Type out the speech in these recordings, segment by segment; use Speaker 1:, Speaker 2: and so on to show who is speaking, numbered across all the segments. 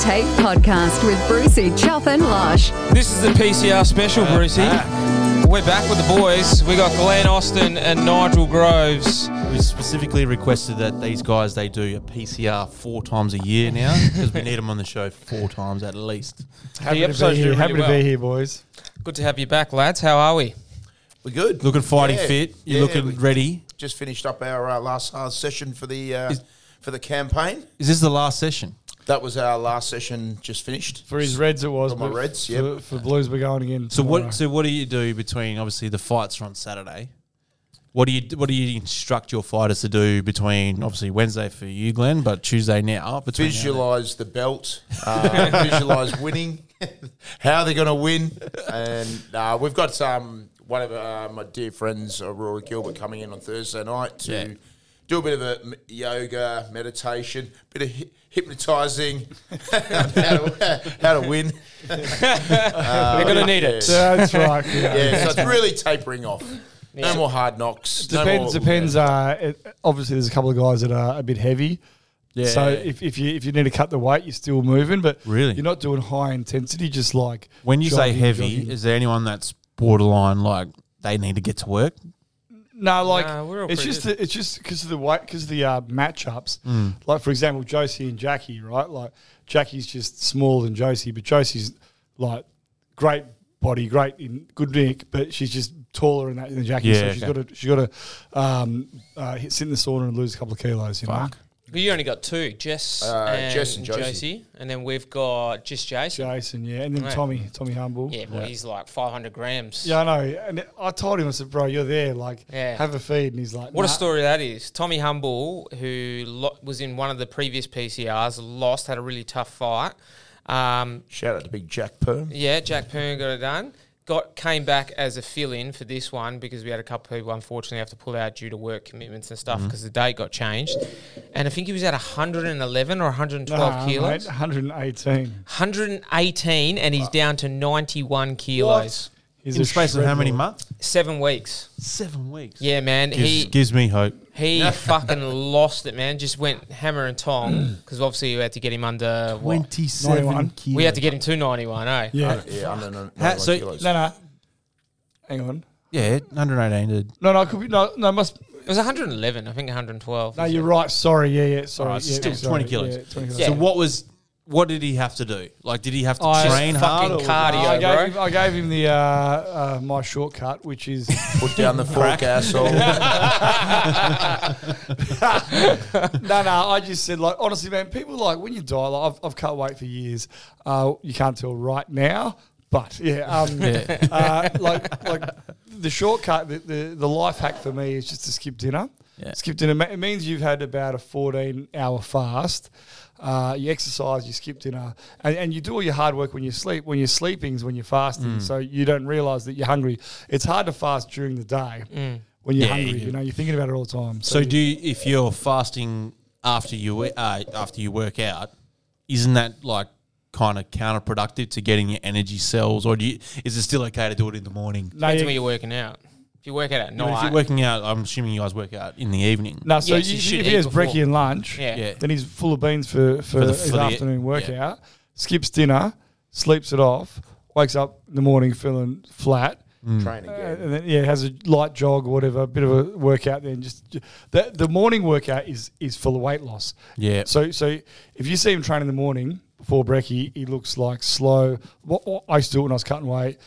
Speaker 1: Tape podcast with Brucey, Chuff, and Lush.
Speaker 2: This is the PCR special,
Speaker 3: Uh,
Speaker 2: Brucey. We're back with the boys. We got Glenn Austin and Nigel Groves.
Speaker 4: We specifically requested that these guys they do a PCR four times a year now because we need them on the show four times at least.
Speaker 2: Happy
Speaker 3: Happy to be here. Happy to be here, boys.
Speaker 2: Good to have you back, lads. How are we?
Speaker 5: We're good.
Speaker 4: Looking fighting
Speaker 5: Yeah,
Speaker 4: fit. You're
Speaker 5: yeah,
Speaker 4: looking
Speaker 5: we
Speaker 4: ready.
Speaker 5: Just finished up our uh, last uh, session for the uh,
Speaker 4: Is-
Speaker 5: for the campaign.
Speaker 4: Is this the last session?
Speaker 5: That was our last session. Just finished.
Speaker 3: For his Reds, it was.
Speaker 5: For my
Speaker 3: but
Speaker 5: Reds,
Speaker 3: for,
Speaker 5: yep.
Speaker 3: for Blues, we're going again.
Speaker 4: So
Speaker 3: tomorrow.
Speaker 4: what? So what do you do between obviously the fights are on Saturday? What do you What do you instruct your fighters to do between obviously Wednesday for you, Glenn, but Tuesday now? Between now and then?
Speaker 5: Visualize the belt. Uh, visualize winning. How they're going to win. And uh, we've got um, one of uh, my dear friends, uh, Rory Gilbert, coming in on Thursday night to
Speaker 4: Yeah.
Speaker 5: do a bit of a m- yoga, meditation, bit of hy- hypnotizing, how, to, how to win.
Speaker 2: We're going to need it.
Speaker 5: Yeah.
Speaker 3: That's right. Yeah.
Speaker 5: Yeah, so it's really tapering off. No more hard knocks. no
Speaker 3: Depends.
Speaker 5: more-
Speaker 3: depends. Uh, it, obviously, there's a couple of guys that are a bit heavy.
Speaker 4: Yeah.
Speaker 3: So if, if you if you need to cut the weight, you're still moving, but
Speaker 4: Really?
Speaker 3: you're not doing high intensity. Just like
Speaker 4: when you say
Speaker 3: jogging,
Speaker 4: heavy,
Speaker 3: jogging.
Speaker 4: is there anyone that's borderline like they need to get to work?
Speaker 3: No, like
Speaker 2: Nah, we're all
Speaker 3: it's
Speaker 2: pretty
Speaker 3: just the, it's just because of the weight, because of the uh, matchups.
Speaker 4: Mm.
Speaker 3: Like for example, Josie and Jackie, right? Like Jackie's just smaller than Josie, but Josie's like great body, great in good nick, but she's just taller than that than Jackie. so
Speaker 4: Yeah,
Speaker 3: she's
Speaker 4: okay.
Speaker 3: got to she's got to um, uh, hit, sit in the sauna and lose a couple of kilos. You
Speaker 2: You only got two, Jess,
Speaker 5: Uh,
Speaker 2: and
Speaker 5: Jess and Josie.
Speaker 2: And then we've got just Jason.
Speaker 3: know, Jason, yeah, and then
Speaker 2: Right.
Speaker 3: Tommy, Tommy Humble.
Speaker 2: Yeah, well, he's like 500 grams.
Speaker 3: Yeah, I know. And I told him, I said, bro, you're there. Like,
Speaker 2: Yeah.
Speaker 3: have a feed. And he's like,
Speaker 2: What a
Speaker 3: "Nah."
Speaker 2: story that is. Tommy Humble, who lo- was in one of the previous PCRs, lost, had a really tough fight. Um,
Speaker 5: Shout out to Big Jack Perm.
Speaker 2: Yeah, Jack Pern got it done. Got came back as a fill in for this one because we had a couple of people unfortunately have to pull out due to work commitments and stuff because the date got changed. And I think he was at 111 or 112
Speaker 3: Nah, mate,
Speaker 2: kilos.
Speaker 3: 118.
Speaker 2: 118 and
Speaker 3: Uh.
Speaker 2: he's down to 91 kilos.
Speaker 3: He's
Speaker 4: In
Speaker 3: a
Speaker 4: the space of how many
Speaker 3: shredder.
Speaker 4: months?
Speaker 2: Seven weeks.
Speaker 4: Seven weeks.
Speaker 2: Yeah, man.
Speaker 4: Gives,
Speaker 2: he
Speaker 4: gives me hope.
Speaker 2: he fucking lost it, man. Just went hammer and tong because obviously we had to get him under what?
Speaker 4: 27
Speaker 3: 91.
Speaker 4: kilos.
Speaker 2: We had to get him to 91, eh?
Speaker 3: Yeah.
Speaker 5: Yeah, under no,
Speaker 4: How- so-
Speaker 5: kilos.
Speaker 3: No, no. Hang on.
Speaker 4: Yeah, 118.
Speaker 3: No, no, could be, no, no, must.
Speaker 2: It was 111, I think 112.
Speaker 3: No, you're right. Sorry, yeah, yeah, sorry.
Speaker 4: Alright, so
Speaker 3: yeah,
Speaker 4: still 20
Speaker 3: sorry,
Speaker 4: kilos.
Speaker 3: Yeah, 20 kilos.
Speaker 2: Yeah.
Speaker 4: So what was what did he have to do? Like did he have to
Speaker 3: I-
Speaker 4: train
Speaker 2: Just
Speaker 4: hard?
Speaker 2: fucking
Speaker 4: or-
Speaker 2: car- Cardio,
Speaker 3: I
Speaker 2: bro.
Speaker 3: gave, him, I gave him the uh, uh, my shortcut, which is
Speaker 5: Put down the forecastle.
Speaker 3: no, no. I just said like honestly, man. People like when you die, like I've, I've cut weight for years. Uh, you can't tell right now, but yeah, um, Uh, like like the shortcut, the, the the life hack for me is just to skip dinner.
Speaker 4: Yeah.
Speaker 3: Skip dinner. ma- It means you've had about a fourteen hour fast. Uh, you exercise, you skip dinner, and, and you do all your hard work when you sleep. When you're sleeping is when you're
Speaker 4: Mm.
Speaker 3: fasting, so you don't realize that you're hungry. It's hard to fast during the day when you're
Speaker 4: Yeah,
Speaker 3: hungry.
Speaker 4: you-
Speaker 3: You know, you're thinking about it all the time.
Speaker 4: So do you, if you're fasting after you uh, after you work out, isn't that like kind of counterproductive to getting your energy cells or do you, is it still okay to do it in the morning?
Speaker 3: no,
Speaker 2: Depends
Speaker 3: you-
Speaker 2: on when you're working out. If you work out at
Speaker 4: I mean, if
Speaker 2: night,
Speaker 4: you're working out, I'm assuming you guys work out in the evening.
Speaker 3: No, so
Speaker 2: Yes,
Speaker 3: you,
Speaker 2: you should
Speaker 3: if
Speaker 2: eat
Speaker 3: he has
Speaker 2: before.
Speaker 3: brekkie and lunch,
Speaker 2: yeah.
Speaker 4: Yeah.
Speaker 3: then he's full of beans for, for,
Speaker 4: the-
Speaker 3: his
Speaker 4: for the-
Speaker 3: afternoon workout, skips dinner, sleeps it off, wakes up in the morning feeling flat.
Speaker 4: Mm.
Speaker 5: Train
Speaker 3: uh,
Speaker 5: again.
Speaker 3: And then yeah, has a light jog or whatever, a bit of a workout. Then just ju- the the morning workout is is for the weight loss.
Speaker 4: Yeah.
Speaker 3: So so if you see him train in the morning before brekkie, he looks like slow. What, what I used to do it when I was cutting weight,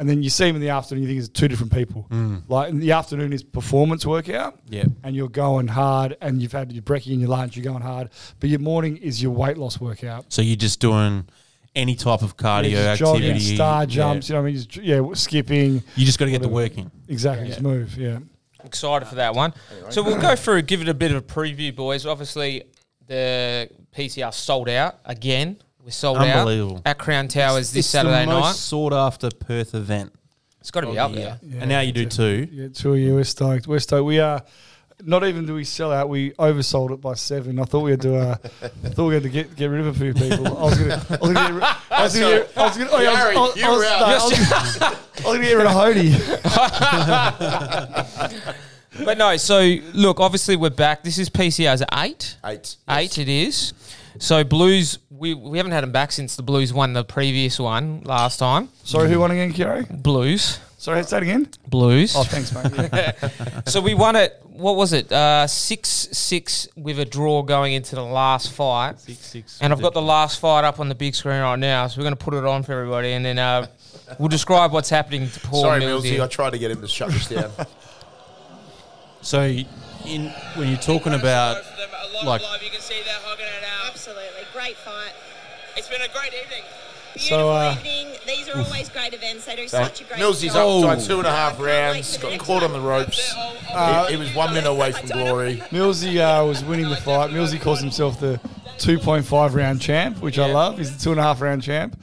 Speaker 3: and then you see him in the afternoon, you think it's two different people. Like in the afternoon is performance workout,
Speaker 4: Mm. Yeah.
Speaker 3: and you're going hard, and you've had your brekkie and your lunch, you're going hard. But your morning is your weight loss workout.
Speaker 4: So you're just doing any type of cardio
Speaker 3: Yeah, just
Speaker 4: activity.
Speaker 3: jogging, star
Speaker 4: Yeah.
Speaker 3: jumps. You know what I mean? Just, yeah, skipping.
Speaker 4: You just got to get the work in.
Speaker 3: Exactly, just move. Yeah.
Speaker 2: excited for that one. So we'll go through, give it a bit of a preview, boys. Obviously, the PCR sold out again. We're sold
Speaker 4: Unbelievable.
Speaker 2: out at Crown Towers Oh, this Saturday
Speaker 4: the most
Speaker 2: night.
Speaker 4: sought after Perth event.
Speaker 2: It's got to be up there.
Speaker 4: And now you do two.
Speaker 3: Yeah, two of you. We're stoked. We're stoked. We are. Not even do we sell out. We oversold it by seven. I thought we had to. Uh, I thought we had to get, get rid of a few people. I was gonna. I was gonna. Get, rid- I was gonna. get- I was gonna. oh, yeah, I
Speaker 5: Gary,
Speaker 3: was-
Speaker 5: you
Speaker 3: I was-
Speaker 5: were out.
Speaker 3: no, I was- I was gonna get rid of Hody.
Speaker 2: But no, so look, obviously we're back. This is PCR's eight.
Speaker 5: Eight.
Speaker 2: Eight it is. So Blues, we, we haven't had them back since the Blues won the previous one last time.
Speaker 3: Sorry, who won again, Kiro?
Speaker 2: Blues,
Speaker 3: Sorry, say it again.
Speaker 2: Blues.
Speaker 3: Oh, thanks, mate. Yeah.
Speaker 2: so we won it. What was it? Uh, six six with a draw going into the last fight.
Speaker 4: Six, six.
Speaker 2: And I've got the last fight up on the big screen right now, so we're going to put it on for everybody, and then uh, we'll describe what's happening to Paul
Speaker 5: Sorry,
Speaker 2: Mills
Speaker 5: Millsy.
Speaker 2: here.
Speaker 5: I tried to get him to shut this down.
Speaker 4: So, in when you're talking about like
Speaker 6: you can see they're hogging it out.
Speaker 7: Absolutely, great fight.
Speaker 6: It's been a great evening.
Speaker 7: Beautiful
Speaker 3: uh,
Speaker 7: evening. These are always great events. They do such a great
Speaker 5: Millsy's
Speaker 7: job.
Speaker 5: up by
Speaker 4: Oh.
Speaker 5: two and a half rounds. Got caught on the ropes. He he was one minute away from glory.
Speaker 3: Millsy uh, was winning the fight. Millsy calls himself the 2.5 round champ, which I love. He's the two and a half round champ.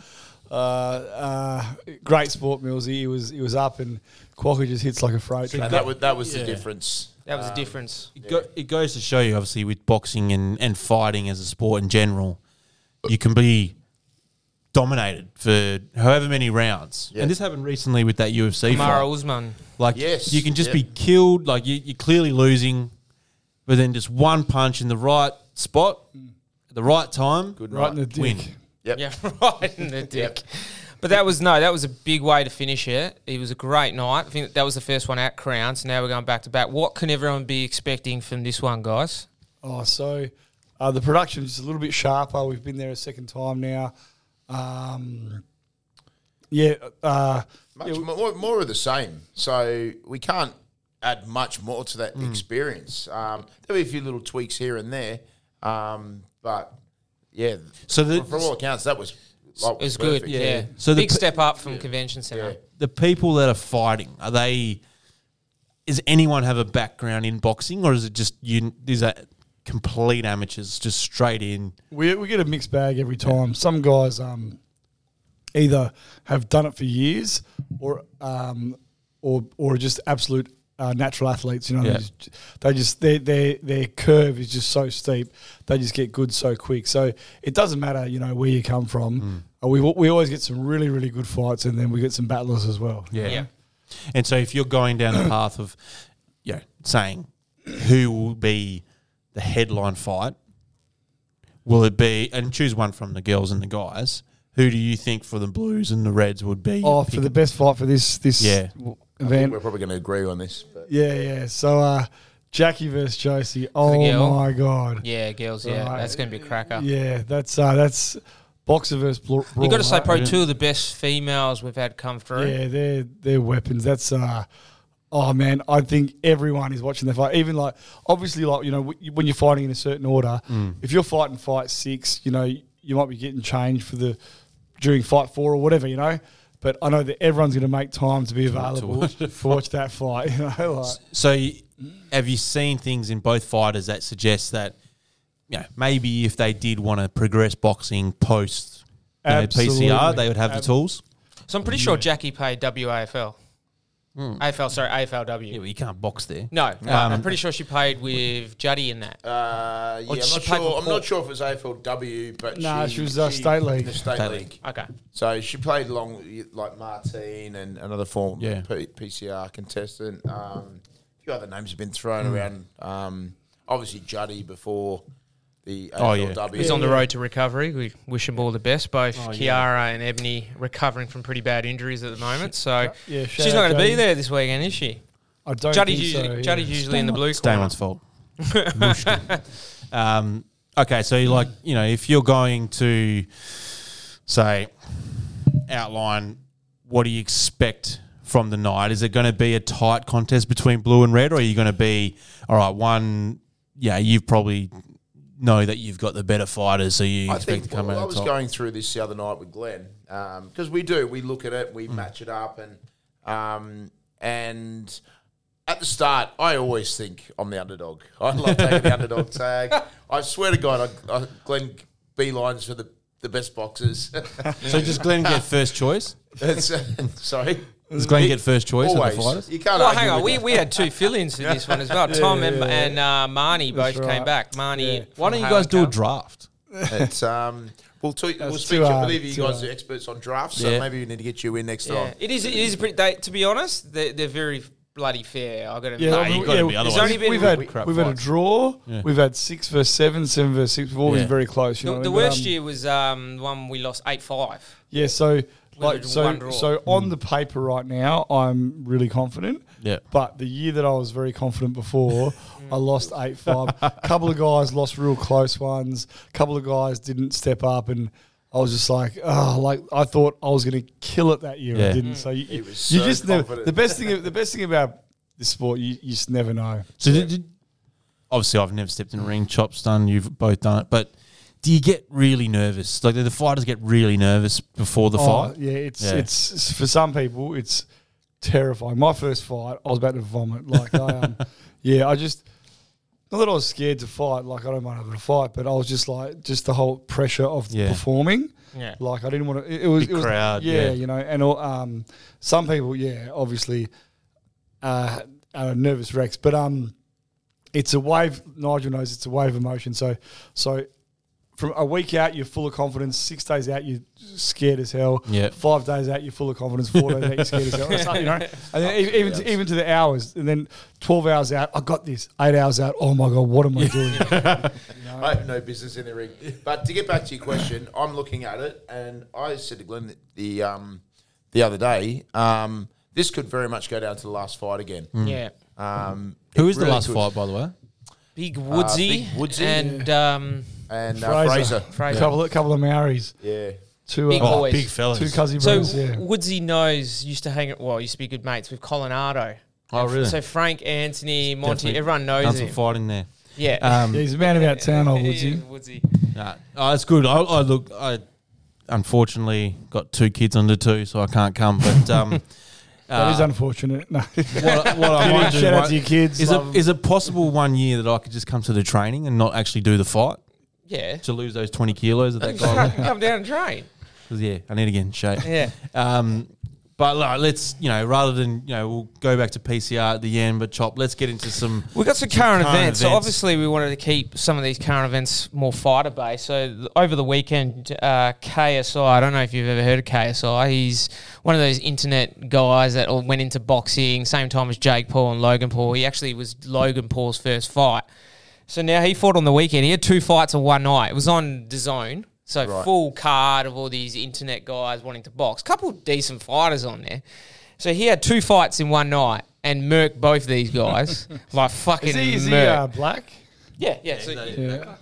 Speaker 3: Uh, uh, great sport, Millsy. He was he was up and Quokka just hits like a freight train.
Speaker 5: And that was that was the
Speaker 4: Yeah.
Speaker 5: difference.
Speaker 2: That was the difference.
Speaker 4: It, go, it goes to show you, obviously, with boxing and, and fighting as a sport in general, you can be dominated for however many rounds.
Speaker 5: Yeah.
Speaker 4: And this happened recently with that UFC
Speaker 2: Mara
Speaker 4: fight.
Speaker 2: Usman.
Speaker 4: Like,
Speaker 5: Yes,
Speaker 4: you can just
Speaker 5: yeah.
Speaker 4: be killed. Like, you, you're clearly losing, but then just one punch in the right spot, at the right time, good
Speaker 3: Right in the dick.
Speaker 4: win.
Speaker 5: Yep.
Speaker 2: Yeah, right in the dick. But that was no, that was a big way to finish it. It was a great night. I think that was the first one at Crown, so now we're going back to back. What can everyone be expecting from this one, guys?
Speaker 3: Oh, so uh, the production's just a little bit sharper. We've been there a second time now. Um, yeah, uh,
Speaker 5: Much more, more of the same. So we can't add much more to that experience. Um, there'll be a few little tweaks here and there, um, but yeah.
Speaker 4: So the-
Speaker 5: from, from all accounts, that was like,
Speaker 2: It was
Speaker 5: perfect.
Speaker 2: good. Yeah.
Speaker 4: So the
Speaker 2: big
Speaker 4: p-
Speaker 2: step up from convention center.
Speaker 4: the people that are fighting are they does anyone have a background in boxing or is it just you these are complete amateurs just straight in
Speaker 3: we, we get a mixed bag every time. Some guys um, either have done it for years or um, or or are just absolute uh, natural athletes. You know,
Speaker 4: Yeah.
Speaker 3: they just, they just their, their their curve is just so steep. They just get good so quick. So it doesn't matter, you know, where you come
Speaker 4: Hmm.
Speaker 3: from. Uh, we we always get some really really good fights, and then we get some battlers as well.
Speaker 2: Yeah.
Speaker 4: and so if you're going down the path of you know saying who will be the headline fight will it be and choose one from the girls and the guys who do you think for the blues and the reds would be
Speaker 3: Oh, for the best fight for this this
Speaker 4: Yeah.
Speaker 3: w-
Speaker 5: I think
Speaker 3: event.
Speaker 5: we're probably going to agree on this. But
Speaker 3: Yeah, yeah. So uh, Jackie versus Josie. Oh
Speaker 2: girl.
Speaker 3: my god.
Speaker 2: Yeah, girls. Yeah,
Speaker 3: Right.
Speaker 2: that's going to be a cracker.
Speaker 3: Yeah, that's uh, that's boxer versus bra- brawl.
Speaker 2: You've got to say,
Speaker 3: right?
Speaker 2: probably two of the best females we've had come through.
Speaker 3: Yeah, they're they're weapons. That's uh, oh man, I think everyone is watching the fight. Even like obviously, like you know, w- when you're fighting in a certain order, if you're fighting fight six, you know, you might be getting changed for the during fight four or whatever, you know. But I know that everyone's going to make time to be available to watch, that fight. You know, like
Speaker 4: So, y- have you seen things in both fighters that suggest that, you know, maybe if they did want to progress boxing post you know, PCR,
Speaker 3: Absolutely.
Speaker 4: they would have the tools?
Speaker 2: So I'm pretty sure Jackie paid WAFL. AFL, sorry, AFLW.
Speaker 4: Yeah, but you can't box there.
Speaker 2: No, no, I'm pretty sure she paid with Juddy in that.
Speaker 5: uh, yeah, I'm
Speaker 2: she
Speaker 5: not
Speaker 2: played for
Speaker 5: sure. I'm
Speaker 2: Port.
Speaker 5: not sure if it was AFLW, but
Speaker 3: Nah,
Speaker 5: she,
Speaker 3: she was, uh, state league.
Speaker 5: The state,
Speaker 4: State
Speaker 5: league.
Speaker 4: league.
Speaker 2: okay.
Speaker 5: So she played along like Martine and another form
Speaker 4: Yeah.
Speaker 5: P- PCR contestant. Um, a few other names have been thrown
Speaker 4: Hmm.
Speaker 5: around. Um, obviously Juddy before the
Speaker 4: Oh, yeah.
Speaker 5: AFLW.
Speaker 2: He's on the road to recovery. We wish him all the best. Both Kiara and Ebony recovering from pretty bad injuries at the moment. So
Speaker 3: Yeah, shout
Speaker 2: she's not
Speaker 3: out
Speaker 2: going to be
Speaker 3: Juddy.
Speaker 2: there this weekend, is she?
Speaker 3: I don't.
Speaker 2: Juddy's
Speaker 3: think
Speaker 2: usually,
Speaker 3: so, yeah.
Speaker 2: Juddy's usually in the blue
Speaker 4: It's
Speaker 2: corner.
Speaker 4: Damon's fault. Mushed him. um, okay, so like you know, if you're going to say outline what do you expect from the night, is it going to be a tight contest between blue and red, or are you going to be all right? One, yeah, you probably know that you've got the better fighters, so you
Speaker 5: I
Speaker 4: expect
Speaker 5: think
Speaker 4: to come
Speaker 5: well, I
Speaker 4: out
Speaker 5: was
Speaker 4: top.
Speaker 5: going through this the other night with Glenn because we do we look at it, we
Speaker 4: Hmm.
Speaker 5: match it up, and um, and at the start, I always think I'm the underdog. I love taking the underdog tag. I swear to God, I, I, Glenn beelines for the the best boxers.
Speaker 4: so does Glenn get first choice?
Speaker 5: It's, uh, sorry.
Speaker 4: Does Glenn get first choice of the
Speaker 5: Always.
Speaker 4: fighters?
Speaker 5: You can't
Speaker 2: Well,
Speaker 5: argue
Speaker 2: hang on.
Speaker 5: with
Speaker 2: We,
Speaker 5: that.
Speaker 2: we had two fill-ins for this one as well. Tom and, and uh, Marnie both came
Speaker 3: right.
Speaker 2: back. Marnie,
Speaker 3: Yeah.
Speaker 4: Why
Speaker 2: from
Speaker 4: don't you
Speaker 2: Hale
Speaker 4: guys do a
Speaker 2: Cup.
Speaker 4: draft?
Speaker 5: It's, um, we'll, t- we'll
Speaker 3: That's
Speaker 5: speak
Speaker 3: too
Speaker 5: to you. I
Speaker 3: hard,
Speaker 5: believe you
Speaker 3: too
Speaker 5: guys
Speaker 3: hard.
Speaker 5: are experts on drafts, so
Speaker 4: Yeah.
Speaker 5: maybe we need to get you in next
Speaker 2: Yeah,
Speaker 5: time.
Speaker 2: it is. It is pretty. They, to be honest, they're, they're very bloody fair. I got to
Speaker 3: Yeah,
Speaker 4: Nah,
Speaker 3: I mean,
Speaker 4: you gotta
Speaker 3: yeah,
Speaker 4: be, otherwise-
Speaker 2: It's
Speaker 3: we've-
Speaker 2: only been
Speaker 3: we've had
Speaker 4: crap
Speaker 3: we've had a
Speaker 4: fights.
Speaker 3: draw,
Speaker 4: Yeah.
Speaker 3: we've had six versus seven, seven versus six. We've all
Speaker 4: Yeah.
Speaker 3: been very close. You
Speaker 2: The,
Speaker 3: know,
Speaker 2: the
Speaker 3: what I mean?
Speaker 2: worst
Speaker 3: But, um,
Speaker 2: year was um, the one we lost eight five.
Speaker 3: Yeah, so
Speaker 2: had
Speaker 3: like
Speaker 2: one
Speaker 3: so
Speaker 2: draw.
Speaker 3: so on the paper right now, I'm really confident.
Speaker 4: Yeah.
Speaker 3: But the year that I was very confident before, I lost eight five. A couple of guys lost real close ones. A couple of guys didn't step up, and I was just like, oh, like I thought I was going to kill it that year.
Speaker 4: Yeah.
Speaker 3: I didn't.
Speaker 2: Mm.
Speaker 3: So you, you
Speaker 5: was so
Speaker 3: just never.
Speaker 5: confident.
Speaker 3: The best thing, the best thing about this sport, you, you just never know.
Speaker 4: So did, did- obviously, I've never stepped in a ring. Chops done. You've both done it, but. Do you get really nervous? Like do the fighters get really nervous before the
Speaker 3: Oh,
Speaker 4: fight.
Speaker 3: Yeah, it's
Speaker 4: Yeah.
Speaker 3: it's it's- for some people it's terrifying. My first fight, I was about to vomit. Like, I, um, yeah, I just not that I was scared to fight. Like, I don't mind having a fight, but I was just like just the whole pressure of
Speaker 4: Yeah.
Speaker 3: performing.
Speaker 2: Yeah.
Speaker 3: Like I didn't want to. It, it was
Speaker 4: Big
Speaker 3: it was-
Speaker 4: crowd,
Speaker 3: Yeah,
Speaker 4: yeah.
Speaker 3: you know, and all, um, some people, yeah, obviously, uh, are nervous wrecks. But um, it's a wave. Nigel knows it's a wave of emotion. So, so from a week out, you're full of confidence. Six days out, you're scared as hell.
Speaker 4: Yep.
Speaker 3: Five days out, you're full of confidence. Four days out, you're scared as hell. It's like, you know, and then e- even to, even to the hours, and then twelve hours out, I got this. Eight hours out, oh my god, what am I doing?
Speaker 5: I have no business in the ring. But to get back to your question, I'm looking at it, and I said to Glenn the, the um the other day, um, this could very much go down to the last fight again.
Speaker 2: Yeah.
Speaker 5: Um,
Speaker 4: Mm. Who
Speaker 5: it
Speaker 4: is the
Speaker 5: really
Speaker 4: last
Speaker 5: could.
Speaker 4: fight, by the way?
Speaker 2: Big Woodsy,
Speaker 5: Big Woodsy.
Speaker 2: and um,
Speaker 5: And uh, Fraser.
Speaker 2: Fraser.
Speaker 3: couple of, couple of Maoris,
Speaker 5: Yeah.
Speaker 3: two
Speaker 2: Big
Speaker 3: uh,
Speaker 2: boys.
Speaker 4: Big fellas.
Speaker 3: two cousin
Speaker 2: So
Speaker 3: brothers. yeah.
Speaker 2: Woodsy knows used to hang at well, used to be good mates with Colinado.
Speaker 4: Oh, really?
Speaker 2: So Frank, Anthony, Monty,
Speaker 4: Definitely
Speaker 2: everyone knows
Speaker 4: Done
Speaker 2: him.
Speaker 4: some fighting there.
Speaker 2: Yeah.
Speaker 4: Um,
Speaker 3: Yeah, he's a man about town, old
Speaker 2: He is
Speaker 3: Uh,
Speaker 2: Woodsy.
Speaker 3: Woodsy.
Speaker 4: Nah, oh, it's good. I, I look. I unfortunately got two kids under two, so I can't come. But um,
Speaker 3: That is unfortunate. No.
Speaker 4: what, what I might do
Speaker 3: Shout out
Speaker 4: one-
Speaker 3: to your kids.
Speaker 4: is
Speaker 3: Love
Speaker 4: it
Speaker 3: 'em.
Speaker 4: is it possible one year that I could just come to the training and not actually do the fight
Speaker 2: Yeah.
Speaker 4: to lose those twenty kilos that that guy?
Speaker 2: Come down and train.
Speaker 4: 'Cause, yeah, I need to get in shape.
Speaker 2: Yeah.
Speaker 4: Um, but like, let's you know, rather than you know, we'll go back to PCR at the end. But chop, let's get into some.
Speaker 2: We've got some current,
Speaker 4: current
Speaker 2: events. So
Speaker 4: events.
Speaker 2: obviously we wanted to keep some of these current events more fighter based. So th- over the weekend, uh, KSI. I don't know if you've ever heard of KSI. He's one of those internet guys that all went into boxing same time as Jake Paul and Logan Paul. He actually was Logan Paul's first fight. So now he fought on the weekend. He had two fights in one night. It was on the zone. So full card of all these internet guys wanting to box. Couple decent fighters on there. So he had two fights in one night and murked both these guys. like fucking
Speaker 3: Is he, is he
Speaker 2: murked.
Speaker 3: uh, black?
Speaker 2: Yeah, yeah. So,
Speaker 3: Yeah.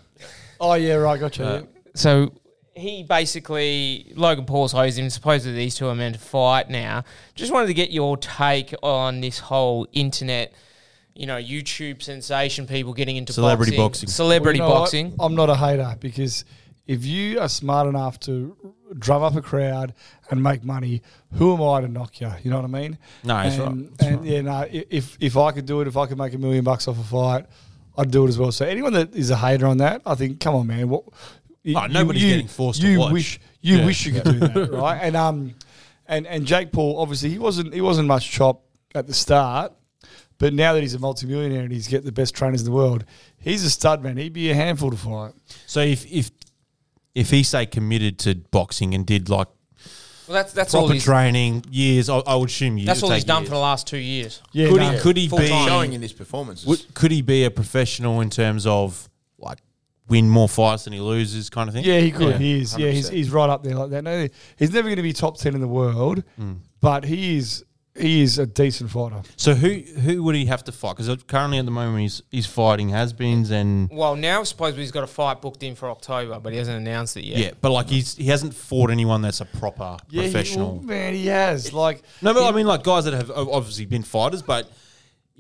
Speaker 3: Oh yeah, right. Gotcha.
Speaker 2: so he basically Logan Paul's hosed him. Supposedly these two are meant to fight now. Just wanted to get your take on this whole internet, you know, YouTube sensation, people getting into
Speaker 4: Celebrity boxing.
Speaker 2: celebrity
Speaker 3: You know what?
Speaker 2: boxing.
Speaker 3: I'm not a hater because if you are smart enough to drum up a crowd and make money, who am I to knock you? You know what I mean?
Speaker 4: No,
Speaker 3: and,
Speaker 4: that's right. That's
Speaker 3: And yeah, no. i- If if I could do it, if I could make a million bucks off a fight, I'd do it as well. So anyone that is a hater on that, I think, come on, man. What?
Speaker 4: Oh, nobody's getting forced to
Speaker 3: you
Speaker 4: watch.
Speaker 3: Wish, you
Speaker 4: Yeah.
Speaker 3: wish you could do that, right? And um, and and Jake Paul, obviously, he wasn't he wasn't much chop at the start. But now that he's a multimillionaire and he's get the best trainers in the world, he's a stud man. He'd be a handful to fight.
Speaker 4: So if if if he say committed to boxing and did like
Speaker 2: well, that's that's all
Speaker 4: proper
Speaker 2: he's
Speaker 4: training years, I, I would assume years.
Speaker 2: that's all
Speaker 4: it'd
Speaker 2: he's
Speaker 4: take
Speaker 2: done
Speaker 4: years.
Speaker 2: for the last two years.
Speaker 3: Yeah,
Speaker 4: could
Speaker 3: no.
Speaker 4: he could he
Speaker 2: Full time.
Speaker 5: Showing
Speaker 4: be
Speaker 5: in his performances.
Speaker 4: would, could he be a professional in terms of like win more fights than he loses kind of thing?
Speaker 3: yeah, he could.
Speaker 4: Yeah,
Speaker 3: he is. Yeah, he's,
Speaker 5: 100%.
Speaker 3: he's right up there like that. No, he's never going to be top ten in the world,
Speaker 4: Mm.
Speaker 3: but he is he is a decent fighter.
Speaker 4: So who who would he have to fight? Because currently at the moment he's he's fighting has-beens and
Speaker 2: Well, now I suppose he's got a fight booked in for October, but he hasn't announced it yet.
Speaker 4: yeah, but like he's he hasn't fought anyone that's a proper
Speaker 3: Yeah, he-
Speaker 4: professional.
Speaker 3: oh, man, he has like
Speaker 4: no, but I mean like guys that have o- obviously been fighters, but.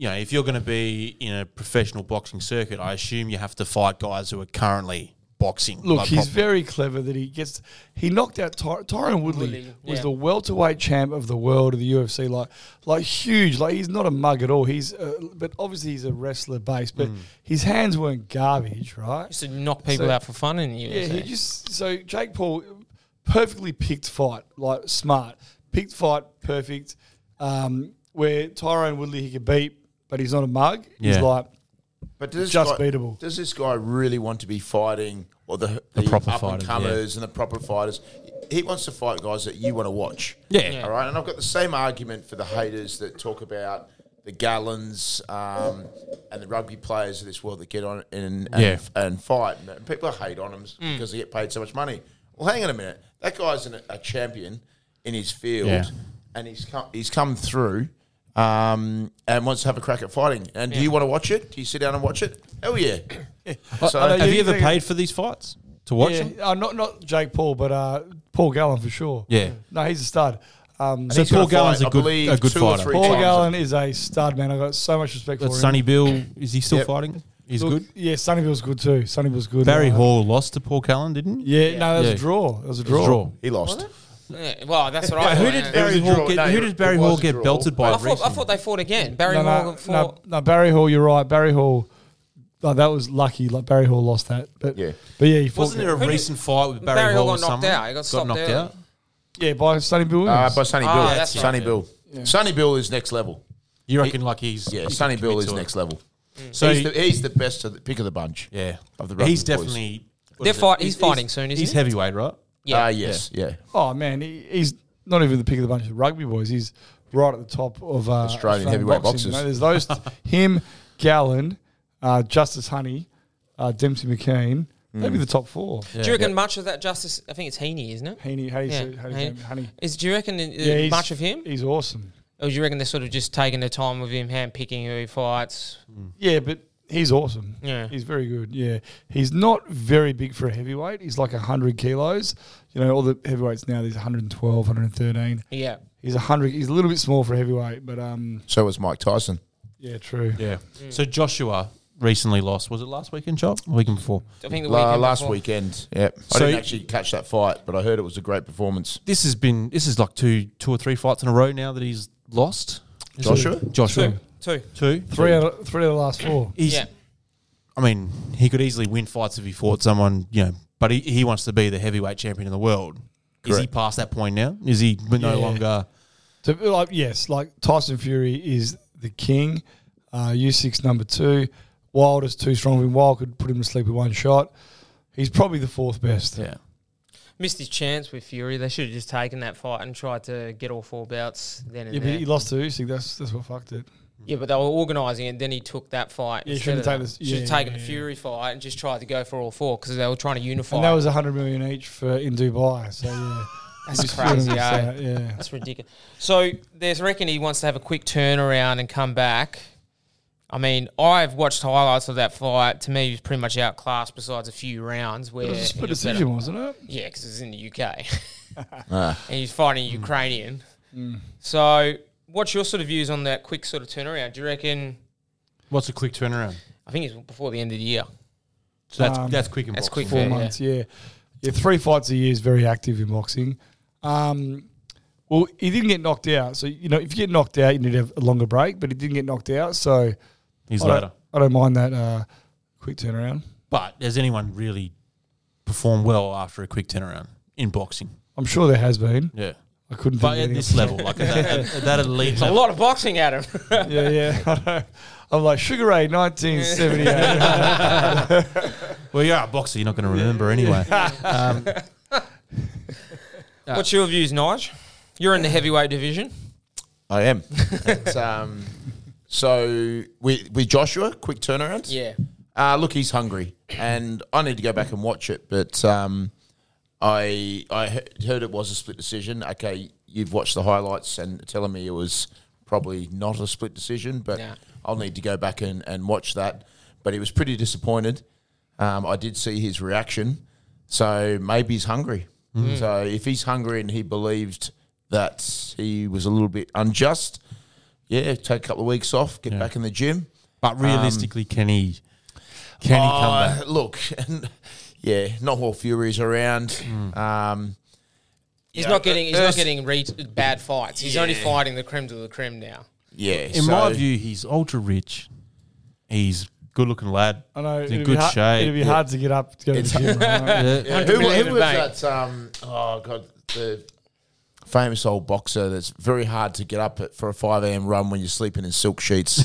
Speaker 4: You know, if you're going to be in a professional boxing circuit, I assume you have to fight guys who are currently boxing.
Speaker 3: Look,
Speaker 4: like
Speaker 3: he's
Speaker 4: proper-
Speaker 3: very clever that he gets. He knocked out Ty- Tyron Woodley,
Speaker 2: Woodley,
Speaker 3: was
Speaker 2: yeah.
Speaker 3: the welterweight champ of the world of the UFC. Like, like huge. Like he's not a mug at all. He's, uh, but obviously he's a wrestler base.
Speaker 4: Mm.
Speaker 3: But his hands weren't garbage, right?
Speaker 2: Just to knock people
Speaker 3: So-
Speaker 2: out for fun in the
Speaker 3: Yeah,
Speaker 2: USA.
Speaker 3: he just so Jake Paul perfectly picked fight, like smart picked fight, perfect. Um, where Tyrone Woodley he could beat, but he's not a mug.
Speaker 4: Yeah.
Speaker 3: He's like
Speaker 5: But does this
Speaker 3: Just
Speaker 5: guy,
Speaker 3: beatable.
Speaker 5: Does this guy really want to be fighting or the, the,
Speaker 4: proper
Speaker 5: up and
Speaker 4: fighters, yeah.
Speaker 5: comers and the proper fighters? He wants to fight guys that you want to watch.
Speaker 4: Yeah. Yeah.
Speaker 5: All right. And I've got the same argument for the haters that talk about the Gallons, um, and the rugby players of this world that get on and and,
Speaker 4: Yeah.
Speaker 5: and fight. And people hate on them because they get paid so much money. Well, hang on a minute. That guy's an, a champion in his field,
Speaker 4: Yeah.
Speaker 5: and he's come he's come through. Um, and wants to have a crack at fighting. And do you want to watch it? Do you sit down and watch it? Hell yeah! So-
Speaker 3: I know
Speaker 4: Uh, Have you
Speaker 3: you
Speaker 4: ever
Speaker 3: think-
Speaker 4: paid for these fights to watch
Speaker 3: Yeah,
Speaker 4: them?
Speaker 3: uh, not not Jake Paul, but uh, Paul Gallen for sure.
Speaker 4: Yeah.
Speaker 3: no, he's a stud. Um,
Speaker 4: So
Speaker 5: he's gonna
Speaker 4: Paul Gallen's
Speaker 5: fight,
Speaker 4: a
Speaker 5: I
Speaker 4: good,
Speaker 5: believe,
Speaker 4: a good
Speaker 5: two or
Speaker 4: fighter.
Speaker 5: three
Speaker 3: Paul
Speaker 5: times.
Speaker 3: Gallen is a stud, man. I got so much respect
Speaker 4: But
Speaker 3: for him.
Speaker 4: Sonny Bill, is he still
Speaker 5: Yep.
Speaker 4: fighting? He's
Speaker 3: Look,
Speaker 4: good.
Speaker 3: Yeah, Sonny Bill's good too. Sonny Bill's good.
Speaker 4: Barry
Speaker 3: Uh,
Speaker 4: Hall lost to Paul Callan, didn't he?
Speaker 3: Yeah, no, that was
Speaker 4: Yeah.
Speaker 3: a draw. That was a
Speaker 4: Draw.
Speaker 3: draw.
Speaker 4: draw.
Speaker 5: He lost.
Speaker 2: Yeah, well, that's what I
Speaker 4: who
Speaker 2: thought,
Speaker 4: did
Speaker 2: yeah.
Speaker 4: Barry
Speaker 5: Barry-
Speaker 4: Hall
Speaker 5: draw.
Speaker 4: get,
Speaker 5: No,
Speaker 4: who
Speaker 5: it
Speaker 4: did Barry
Speaker 5: was
Speaker 4: Hall
Speaker 5: a
Speaker 4: get
Speaker 5: draw.
Speaker 4: belted by
Speaker 2: I thought, I
Speaker 4: recently?
Speaker 2: thought they fought again. Barry
Speaker 3: No,
Speaker 2: Morgan
Speaker 3: no,
Speaker 2: fought.
Speaker 3: no, no, Barry Hall. You're right. Barry Hall. No, that was lucky. Like Barry Hall lost that, but
Speaker 5: Yeah.
Speaker 3: but yeah, he fought
Speaker 4: Wasn't there a
Speaker 2: Who did-
Speaker 4: recent fight with Barry,
Speaker 2: Barry Hall
Speaker 4: Hall or
Speaker 2: got knocked
Speaker 4: someone?
Speaker 2: out. He got stopped early.
Speaker 3: yeah by Sonny Bill.
Speaker 5: Uh,
Speaker 3: Williams.
Speaker 5: by Sonny Bill.
Speaker 2: Ah, that's right.
Speaker 5: Sonny Bill. Sonny Bill is next level.
Speaker 4: You reckon like he's
Speaker 5: Yeah,
Speaker 4: he
Speaker 5: Sonny
Speaker 4: can
Speaker 5: Bill
Speaker 4: commit
Speaker 5: is
Speaker 4: to it. Mm.
Speaker 5: next level.
Speaker 4: So
Speaker 5: he's, the, he's the best of the pick of the bunch.
Speaker 4: yeah,
Speaker 5: Of the rugby
Speaker 4: he's
Speaker 5: boys.
Speaker 4: definitely what
Speaker 2: They're
Speaker 4: is it?
Speaker 2: fight- he's fighting soon, isn't
Speaker 4: he's
Speaker 2: he?
Speaker 4: heavyweight, right?
Speaker 5: Yeah.
Speaker 2: Yeah.
Speaker 5: Ah, yes. Yeah.
Speaker 3: oh man, he, he's not even the pick of the bunch of rugby boys. He's right at the top of uh,
Speaker 5: Australian heavyweight
Speaker 3: You know,
Speaker 5: boxers.
Speaker 3: there's those him, Gallen, uh, Justice Honey, uh, Dempsey McCain. Maybe
Speaker 5: Mm.
Speaker 3: the top four.
Speaker 2: Do you reckon much of that justice? I think it's Heaney, isn't it?
Speaker 3: Heaney, how do you
Speaker 2: Yeah,
Speaker 3: say- how do you
Speaker 2: Heaney.
Speaker 3: name it? Honey.
Speaker 2: Is do you reckon uh,
Speaker 3: he's-
Speaker 2: much of him,
Speaker 3: He's awesome.
Speaker 2: or do you reckon they're sort of just taking their time with him, handpicking who he fights?
Speaker 5: Mm.
Speaker 3: Yeah, but he's awesome.
Speaker 2: Yeah.
Speaker 3: He's very good. Yeah. He's not very big for a heavyweight. He's like 100 kilos. You know, all the heavyweights now, there's 112, 113.
Speaker 2: Yeah,
Speaker 3: He's 100. He's a little bit small for a heavyweight, but um,
Speaker 5: So was Mike Tyson.
Speaker 3: yeah, true.
Speaker 4: Yeah. So Joshua recently lost. Was it last weekend, Chop? Or Weekend before.
Speaker 2: I think the
Speaker 5: La-
Speaker 2: weekend
Speaker 5: last
Speaker 2: before.
Speaker 5: weekend. Yep. I
Speaker 4: So-
Speaker 5: didn't actually catch that fight, but I heard it was a great performance.
Speaker 4: This has been this is like two two or three fights in a row now that he's lost. Is it?
Speaker 5: Joshua?
Speaker 4: Joshua.
Speaker 2: Two.
Speaker 4: Two.
Speaker 3: Three out, of, three out of the last four.
Speaker 4: He's,
Speaker 2: yeah.
Speaker 4: I mean, he could easily win fights if he fought someone, you know, but he, he wants to be the heavyweight champion in the world. Is he
Speaker 5: Correct.
Speaker 4: past that point now? Is he no
Speaker 3: Yeah.
Speaker 4: longer
Speaker 3: To, be like, yes, like Tyson Fury is the king. Uh, U6 number two. Wild is too strong. I mean, Wild could put him to sleep with one shot. He's probably the fourth best.
Speaker 4: Yeah.
Speaker 2: Missed his chance with Fury. They should have just taken that fight and tried to get all four bouts then and
Speaker 3: Yeah, but
Speaker 2: there.
Speaker 3: he lost to Usyk. That's that's what fucked it.
Speaker 2: yeah, but they were organising it. Then he took that fight.
Speaker 3: Yeah, he
Speaker 2: instead
Speaker 3: shouldn't
Speaker 2: of
Speaker 3: take
Speaker 2: that.
Speaker 3: this-
Speaker 2: Should have
Speaker 3: yeah,
Speaker 2: taken
Speaker 3: yeah,
Speaker 2: the
Speaker 3: yeah.
Speaker 2: Fury fight and just tried to go for all four because they were trying to unify.
Speaker 3: And that was 100 million each for in Dubai. So yeah,
Speaker 2: That's
Speaker 3: Put him
Speaker 2: crazy. eh?
Speaker 3: aside, yeah.
Speaker 2: That's ridiculous. So there's reckon he wants to have a quick turnaround and come back. I mean, I've watched highlights of that fight. To me, he was pretty much outclassed besides a few rounds where
Speaker 3: It was a
Speaker 2: he
Speaker 3: split
Speaker 2: was better.
Speaker 3: decision, wasn't it?
Speaker 2: Yeah, because it's in the UK. and he's fighting
Speaker 3: Mm.
Speaker 2: a Ukrainian. So, what's your sort of views on that quick sort of turnaround? Do you reckon?
Speaker 4: What's a quick turnaround?
Speaker 2: I think it's before the end of the year.
Speaker 4: So that's
Speaker 3: Um,
Speaker 4: that's quick and
Speaker 2: that's
Speaker 4: boxing.
Speaker 2: quick.
Speaker 3: Four
Speaker 2: Yeah, yeah.
Speaker 3: months, yeah. yeah. three fights a year is very active in boxing. Um, well, he didn't get knocked out. So, you know, if you get knocked out, you need to have a longer break, but he didn't get knocked out. So
Speaker 4: He's
Speaker 3: I don't,
Speaker 4: later.
Speaker 3: I don't mind that uh, quick turnaround.
Speaker 4: But has anyone really performed well after a quick turnaround in boxing?
Speaker 3: I'm sure there has been.
Speaker 4: Yeah.
Speaker 3: I couldn't
Speaker 4: But at
Speaker 3: think of anything
Speaker 4: this level, like at that, at that elite
Speaker 2: A
Speaker 4: level.
Speaker 2: lot of boxing, Adam.
Speaker 3: yeah, yeah. I know. I'm like, Sugar Ray, 1978.
Speaker 4: Well, you're a boxer, you're not going to remember anyway. Um,
Speaker 2: what's your views, Nige? You're in the heavyweight division.
Speaker 5: I am. It's, um, so with with Joshua, quick turnaround.
Speaker 2: Yeah.
Speaker 5: Uh, look, he's hungry, and I need to go back and watch it. But um, I I he- heard it was a split decision. Okay, you've watched the highlights and telling me it was probably not a split decision, but
Speaker 2: Yeah.
Speaker 5: I'll need to go back and, and watch that. But he was pretty disappointed. Um, I did see his reaction, so maybe he's hungry. So if he's hungry and he believed that he was a little bit unjust, yeah, take a couple of weeks off, get back in the gym.
Speaker 4: but realistically, can he can he come back?
Speaker 5: Uh, Look, yeah, not all Fury's around.
Speaker 4: Hmm.
Speaker 5: Um,
Speaker 2: He's
Speaker 5: Yeah,
Speaker 2: not getting. He's
Speaker 5: there's-
Speaker 2: not getting re- bad fights. He's only fighting the creme de la creme now.
Speaker 5: yeah,
Speaker 4: In my view, he's ultra rich. He's good looking lad.
Speaker 3: I know.
Speaker 4: He's
Speaker 3: It'd
Speaker 4: in
Speaker 3: be
Speaker 4: good
Speaker 3: har- It'd
Speaker 4: shape.
Speaker 3: be hard to get up to go to the gym. Right?
Speaker 5: who, who
Speaker 2: million in
Speaker 5: was
Speaker 2: bank.
Speaker 5: that? Um, oh god, the famous old boxer that's very hard to get up at, for a five a.m. run when you're sleeping in silk sheets.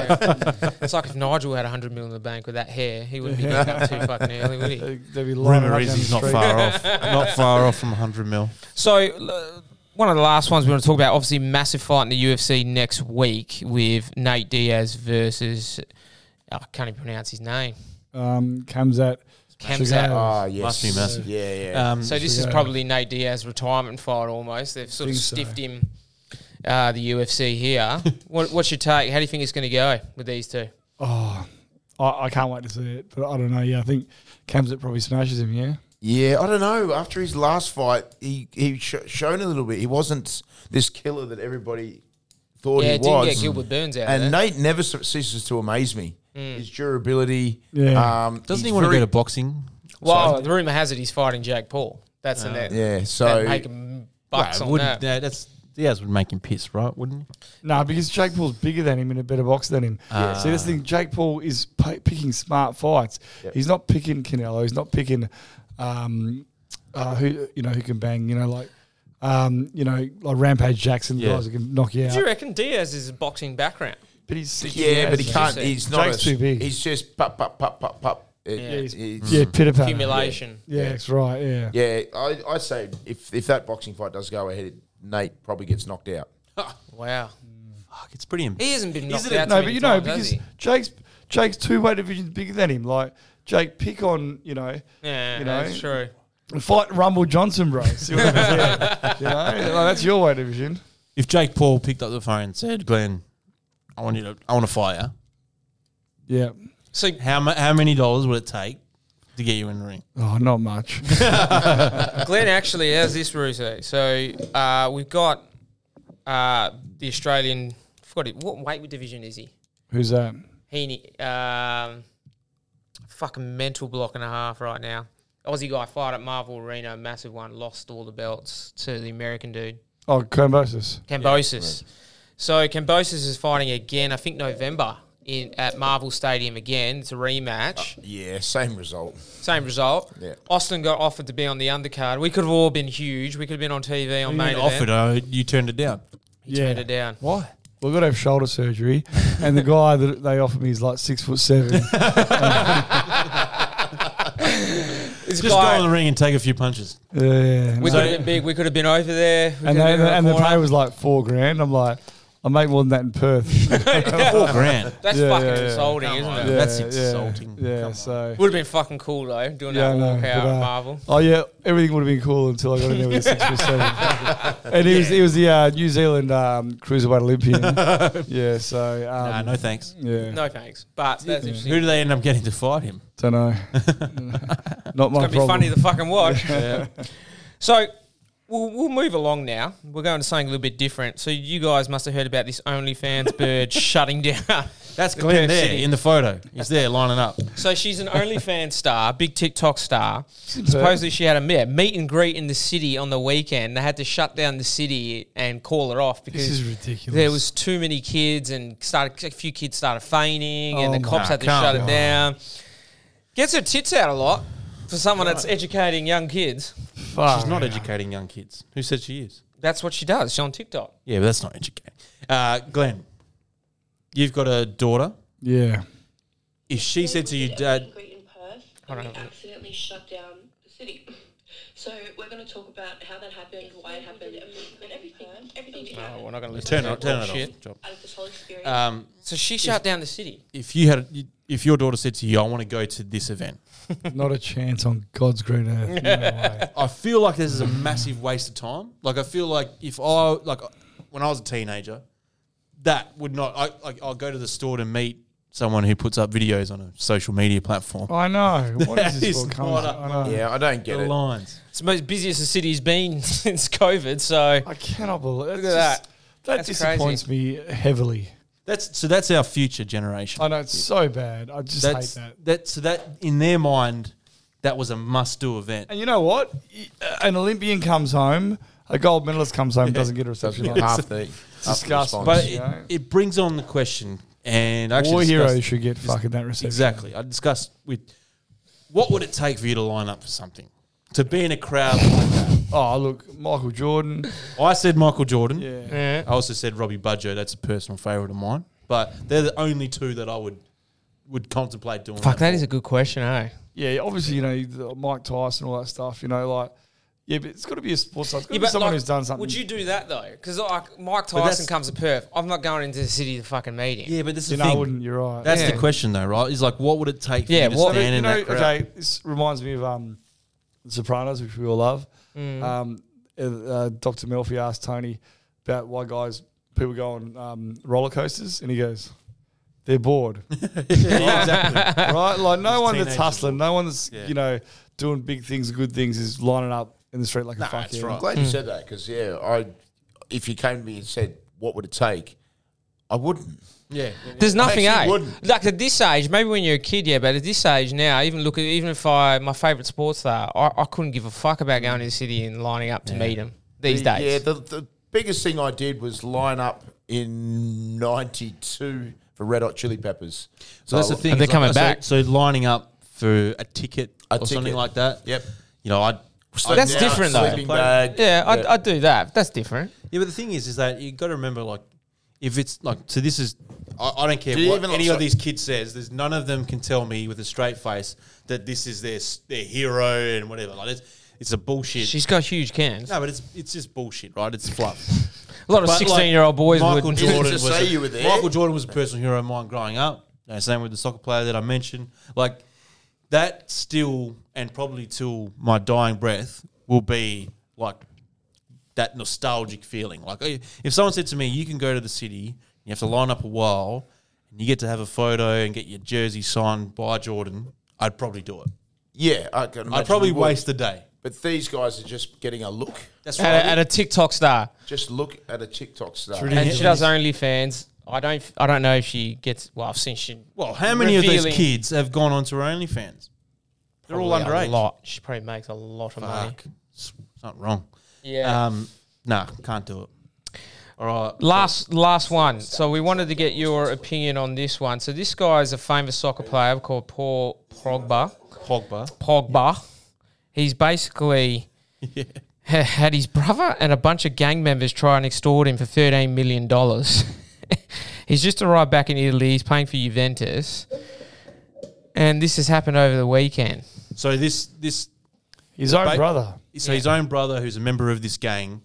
Speaker 2: it's like if Nigel had 100 mil in the bank with that hair, he wouldn't be getting up too fucking early, would he?
Speaker 3: There'd be a lot of
Speaker 4: Rumor
Speaker 3: running
Speaker 4: is
Speaker 3: down
Speaker 4: he's
Speaker 3: the
Speaker 4: not
Speaker 3: street.
Speaker 4: far off. Not far off from 100 mil.
Speaker 2: So, l- one of the last ones we want to talk about, obviously, massive fight in the UFC next week with Nate Diaz versus. I can't even pronounce his name.
Speaker 3: Um, Kamzat.
Speaker 2: Kamzat.
Speaker 5: Ah, yes.
Speaker 4: Must be massive.
Speaker 5: Yeah, yeah.
Speaker 4: Um,
Speaker 2: So this is
Speaker 3: Yeah.
Speaker 2: probably Nate Diaz's retirement fight almost. They've sort of
Speaker 3: Think so.
Speaker 2: stiffed him uh, the UFC here. what, what's your take? How do you think it's going to go with these two?
Speaker 3: I, I can't wait to see it, but I don't know. Yeah, I think Kamzat probably smashes him. Yeah.
Speaker 5: Yeah, I don't know. After his last fight, he he sh- shone a little bit. He wasn't this killer that everybody thought
Speaker 2: Yeah,
Speaker 5: he
Speaker 2: it didn't
Speaker 5: was.
Speaker 2: get Gilbert Burns out
Speaker 5: and
Speaker 2: of there. Hmm.
Speaker 5: Nate never ce- ceases to amaze me. His durability.
Speaker 3: Yeah.
Speaker 5: Um,
Speaker 4: Doesn't he
Speaker 5: he's
Speaker 4: want to
Speaker 5: very-
Speaker 4: go to boxing?
Speaker 2: Well, the rumor has it he's fighting Jack Paul. That's the
Speaker 3: Uh,
Speaker 2: net.
Speaker 5: Yeah,
Speaker 2: They'd
Speaker 5: so
Speaker 2: make him bucks on that.
Speaker 4: wouldn't that- that's Diaz would make him piss, right? Wouldn't you?
Speaker 3: No, because Jake Paul's bigger than him and a better boxer than him. See, this thing, Jake Paul is p- picking smart fights. He's not picking Canelo. He's not picking, um, uh, who you know who can bang. You know, like, um, you know, like Rampage Jackson
Speaker 4: Yeah.
Speaker 3: guys who can knock you out.
Speaker 2: Do you reckon Diaz is a boxing background?
Speaker 3: But he's
Speaker 5: yeah, but he
Speaker 2: Yes.
Speaker 5: can't.
Speaker 2: Yes.
Speaker 5: He's not.
Speaker 3: Jake's
Speaker 5: a-
Speaker 3: too big.
Speaker 5: He's just pop, pop, pop, pop, pop. It-
Speaker 2: Yeah,
Speaker 3: Yeah, he's,
Speaker 5: it's-
Speaker 3: yeah pitter patter.
Speaker 2: Accumulation.
Speaker 3: Yeah, that's right. Yeah.
Speaker 5: yeah, I I say if if that boxing fight does go ahead, Nate probably gets knocked out.
Speaker 2: Wow.
Speaker 4: Fuck, it's pretty. Im-
Speaker 2: He hasn't been knocked
Speaker 3: Isn't
Speaker 2: out.
Speaker 3: it?
Speaker 2: too
Speaker 3: No, but
Speaker 2: many
Speaker 3: you know
Speaker 2: times, has
Speaker 3: because
Speaker 2: he?
Speaker 3: Jake's Jake's two weight divisions bigger than him. Like Jake, pick on you know.
Speaker 2: Yeah,
Speaker 3: you know,
Speaker 2: that's true.
Speaker 3: Fight Rumble Johnson, bro. See what happens there. You know, like, that's your weight division.
Speaker 4: if Jake Paul picked up the phone and said, "Glenn, I want you to, I want to fire,"
Speaker 3: Yeah.
Speaker 2: So
Speaker 4: how mu- how many dollars would it take to get you in the ring?
Speaker 3: Oh, not much.
Speaker 2: Glenn actually has this Russo. So uh, we've got uh, the Australian. Forgot it. What weight division is he?
Speaker 3: Who's that?
Speaker 2: Heaney. Um, fucking mental block and a half right now. Aussie guy fight at Marvel Arena, massive one, lost all the belts to the American dude,
Speaker 3: Oh, Cambosis.
Speaker 2: Cambosis. So Cambosis is fighting again. I think November in at Marvel Stadium again. It's a rematch.
Speaker 5: Yeah, same result.
Speaker 2: Same result.
Speaker 5: Ah. Yeah.
Speaker 2: Austin got offered to be on the undercard. We could have all been huge. We could have been on TV on main
Speaker 4: Mate
Speaker 2: event.
Speaker 4: offered, uh, you turned it down.
Speaker 2: He turned it down.
Speaker 3: Why? We've got to have shoulder surgery, and the guy that they offered me is like six foot seven.
Speaker 2: This
Speaker 4: Just
Speaker 2: guy-
Speaker 4: go in the ring and take a few punches.
Speaker 3: yeah,
Speaker 2: We
Speaker 3: no.
Speaker 2: could have been big. We could have been over there. We could
Speaker 3: and they,
Speaker 2: have been
Speaker 3: and
Speaker 2: in
Speaker 3: the
Speaker 2: corner.
Speaker 3: pay was like four grand. I'm like, I make more than that in Perth. yeah,
Speaker 4: Four grand.
Speaker 2: That's
Speaker 3: Yeah,
Speaker 2: fucking
Speaker 3: yeah, yeah.
Speaker 2: insulting,
Speaker 4: Come
Speaker 2: isn't
Speaker 4: on.
Speaker 2: it?
Speaker 4: That's
Speaker 3: yeah,
Speaker 4: insulting.
Speaker 3: Yeah,
Speaker 4: Come on.
Speaker 3: so
Speaker 2: Would have been fucking cool though, doing
Speaker 3: yeah, I
Speaker 2: that
Speaker 3: know,
Speaker 2: walk out
Speaker 3: but, uh,
Speaker 2: at Marvel.
Speaker 3: Oh yeah, everything would have been cool until I got in there with a six foot seven. And he was he was the uh, New Zealand um, cruiserweight Olympian. yeah, so
Speaker 4: Nah,
Speaker 3: um,
Speaker 4: no thanks.
Speaker 3: yeah,
Speaker 2: No thanks, but that's interesting.
Speaker 4: Who do they end up getting to fight him?
Speaker 3: don't know. Not my
Speaker 2: It's gonna be
Speaker 3: problem.
Speaker 2: funny to fucking watch. So we'll, we'll move along now. We're going to something a little bit different. So you guys must have heard about this OnlyFans bird shutting down.
Speaker 4: That's
Speaker 2: the Perth
Speaker 4: Glenn there
Speaker 2: City.
Speaker 4: in the photo. He's there lining up.
Speaker 2: So she's an OnlyFans star, big TikTok star. Supposedly she had a yeah, meet and greet in the city on the weekend. They had to shut down the city and call it off because
Speaker 3: is ridiculous.
Speaker 2: There was too many kids and started a few kids started fainting and the
Speaker 3: Oh
Speaker 2: cops
Speaker 4: my
Speaker 2: had to
Speaker 4: God.
Speaker 2: shut it down. Gets her tits out a lot for someone that's educating young kids.
Speaker 3: Fuck.
Speaker 4: She's not educating young kids. Who said she is?
Speaker 2: That's what she does. She's on TikTok.
Speaker 4: Yeah, but that's not educating. Uh, Glenn, you've got a daughter.
Speaker 3: Yeah.
Speaker 4: If she said to you, Dad,
Speaker 8: concrete in Perth,
Speaker 2: Hold
Speaker 8: and
Speaker 2: on.
Speaker 8: we accidentally shut down the city. So we're going to talk about how that happened, why it happened, and everything. Everything that happened
Speaker 2: we're not going to
Speaker 4: turn it, turn it
Speaker 2: shit.
Speaker 4: off. Job.
Speaker 8: out of this whole experience.
Speaker 4: Um,
Speaker 2: So she shut down the city.
Speaker 4: if you had, if your daughter said to you, I want to go to this event,
Speaker 3: Not a chance on God's green earth. No way.
Speaker 4: I feel like this is a massive waste of time. Like I feel like if I like when I was a teenager, that would not. I like I'll go to the store to meet someone who puts up videos on a social media platform.
Speaker 3: I know. What is
Speaker 4: That
Speaker 3: this
Speaker 4: is
Speaker 3: for? Comes?
Speaker 4: not a-
Speaker 3: I, know.
Speaker 5: Yeah, I don't get
Speaker 4: The
Speaker 5: it.
Speaker 4: lines.
Speaker 2: It's the most busiest the city's been since COVID. So
Speaker 3: I cannot believe
Speaker 2: Look at
Speaker 3: that's
Speaker 2: that.
Speaker 3: just- That
Speaker 2: That's
Speaker 3: disappoints me heavily.
Speaker 4: That's so. That's our future generation.
Speaker 3: I know it's so bad. I just
Speaker 4: That's
Speaker 3: hate that.
Speaker 4: so that in their mind, that was a must-do event.
Speaker 3: And you know what? Y- An Olympian comes home, a gold medalist comes home, doesn't get a reception. like that.
Speaker 5: Half the half the
Speaker 3: disgusting.
Speaker 5: response.
Speaker 4: But
Speaker 3: you
Speaker 4: it,
Speaker 3: know.
Speaker 4: it brings on the question, and I actually
Speaker 3: War
Speaker 4: discussed-
Speaker 3: heroes should get fucking that reception.
Speaker 4: Exactly. I discussed with what would it take for you to line up for something to be in a crowd. like that.
Speaker 3: Oh, look, Michael Jordan.
Speaker 4: I said Michael Jordan.
Speaker 3: Yeah.
Speaker 4: I also said Robbie Budger. That's a personal favourite of mine. But they're the only two that I would would contemplate doing.
Speaker 2: fuck, that
Speaker 4: for.
Speaker 2: is a good question, eh?
Speaker 3: Yeah, obviously, you know, the Mike Tyson, all that stuff, you know, like, Yeah, but it's got to be a sports side. It's got
Speaker 2: Yeah,
Speaker 3: to be
Speaker 2: but,
Speaker 3: someone
Speaker 2: like,
Speaker 3: who's done something.
Speaker 2: Would you do that though? Because like Mike
Speaker 4: that's-
Speaker 2: Tyson comes to Perth, I'm not going into the city to fucking meet him.
Speaker 4: Yeah, but this is
Speaker 3: You
Speaker 4: the
Speaker 3: know, I
Speaker 4: thing.
Speaker 3: wouldn't. You're right.
Speaker 4: That's
Speaker 2: Yeah.
Speaker 4: the question, though, right? Is like, what would it take for
Speaker 2: Yeah,
Speaker 4: you to
Speaker 2: what-
Speaker 4: stand
Speaker 3: You
Speaker 4: in
Speaker 3: know,
Speaker 4: that crowd?
Speaker 3: okay, this reminds me of um, The Sopranos, which we all love. Um, uh, uh, Dr. Melfi asked Tony about why guys people go on um, roller coasters, and he goes, "They're bored,
Speaker 4: Yeah, exactly.
Speaker 3: right? Like no
Speaker 4: It's
Speaker 3: one that's
Speaker 4: teenagers.
Speaker 3: hustling, no one that's
Speaker 4: Yeah.
Speaker 3: you know doing big things, good things, is lining up in the street like a
Speaker 4: Nah,
Speaker 3: fuck
Speaker 4: that's
Speaker 3: yeah.
Speaker 5: I'm
Speaker 4: right.
Speaker 5: glad you said that because yeah, I if you came to me and said what would it take, I wouldn't.
Speaker 4: Yeah.
Speaker 2: There's nothing,
Speaker 5: Actually,
Speaker 2: eh?
Speaker 5: wouldn't.
Speaker 2: Like at this age, maybe when you're a kid, yeah, but at this age now, even look at even if I my favourite sports star, I, I couldn't give a fuck about going to the city and lining up to meet him these
Speaker 5: The-
Speaker 2: days.
Speaker 5: Yeah, the, the biggest thing I did was line up in '92 for Red Hot Chili Peppers.
Speaker 4: So that's the thing.
Speaker 2: And they're
Speaker 4: is,
Speaker 2: coming
Speaker 4: so-
Speaker 2: back.
Speaker 4: So, lining up for a ticket
Speaker 5: A
Speaker 4: or something
Speaker 5: ticket.
Speaker 4: like that.
Speaker 5: Yep.
Speaker 4: You know, I.
Speaker 5: Slept
Speaker 2: That's different, though.
Speaker 5: sleeping bag.
Speaker 2: yeah, I'd, I'd do that. That's different.
Speaker 4: Yeah, but the thing is, is that you got to remember, like, if it's like, so this is, I, I don't care
Speaker 5: Do you
Speaker 4: what
Speaker 5: even-
Speaker 4: any
Speaker 5: so-
Speaker 4: of these kids says. There's none of them can tell me with a straight face that this is their s- their hero and whatever. Like, it's, it's a bullshit.
Speaker 2: She's got huge cans.
Speaker 4: no, but it's it's just bullshit, right? It's fluff.
Speaker 2: a lot of
Speaker 4: But, like,
Speaker 2: 16 year old boys would.
Speaker 4: Michael Jordan
Speaker 5: Just
Speaker 4: was
Speaker 5: say
Speaker 4: a,
Speaker 5: you were there.
Speaker 4: Michael Jordan was a personal hero of mine growing up. You know, same with the soccer player that I mentioned. Like that still, and probably till my dying breath, will be like that nostalgic feeling. Like eh, if someone said to me, "You can go to the city, you have to line up a while, and you get to have a photo and get your jersey signed by Jordan," I'd probably do it.
Speaker 5: Yeah, I can
Speaker 4: I'd probably waste
Speaker 5: the.
Speaker 4: the day.
Speaker 5: But these guys are just getting a look.
Speaker 4: That's
Speaker 2: at, a, at a TikTok star,
Speaker 5: Just look at a TikTok star.
Speaker 2: and she does OnlyFans. I don't. I don't know if she gets. Well, I've seen she.
Speaker 4: well, how many of
Speaker 2: revealing-
Speaker 4: these kids have gone onto her OnlyFans? They're all
Speaker 2: Probably
Speaker 4: underage.
Speaker 2: A lot. She probably makes a lot of money.
Speaker 4: Fuck. It's not wrong.
Speaker 2: Yeah.
Speaker 4: Um, nah, can't do it. All right.
Speaker 2: Last last one. So we wanted to get your opinion on this one. So this guy is a famous soccer player called Paul Pogba.
Speaker 4: Pogba.
Speaker 2: Pogba. He's basically ha- had his brother and a bunch of gang members try and extort him for thirteen million dollars. He's just arrived back in Italy. He's playing for Juventus, and this has happened over the weekend.
Speaker 4: So this this
Speaker 3: His own
Speaker 4: Ba-
Speaker 3: brother.
Speaker 4: so his own brother, who's a member of this gang,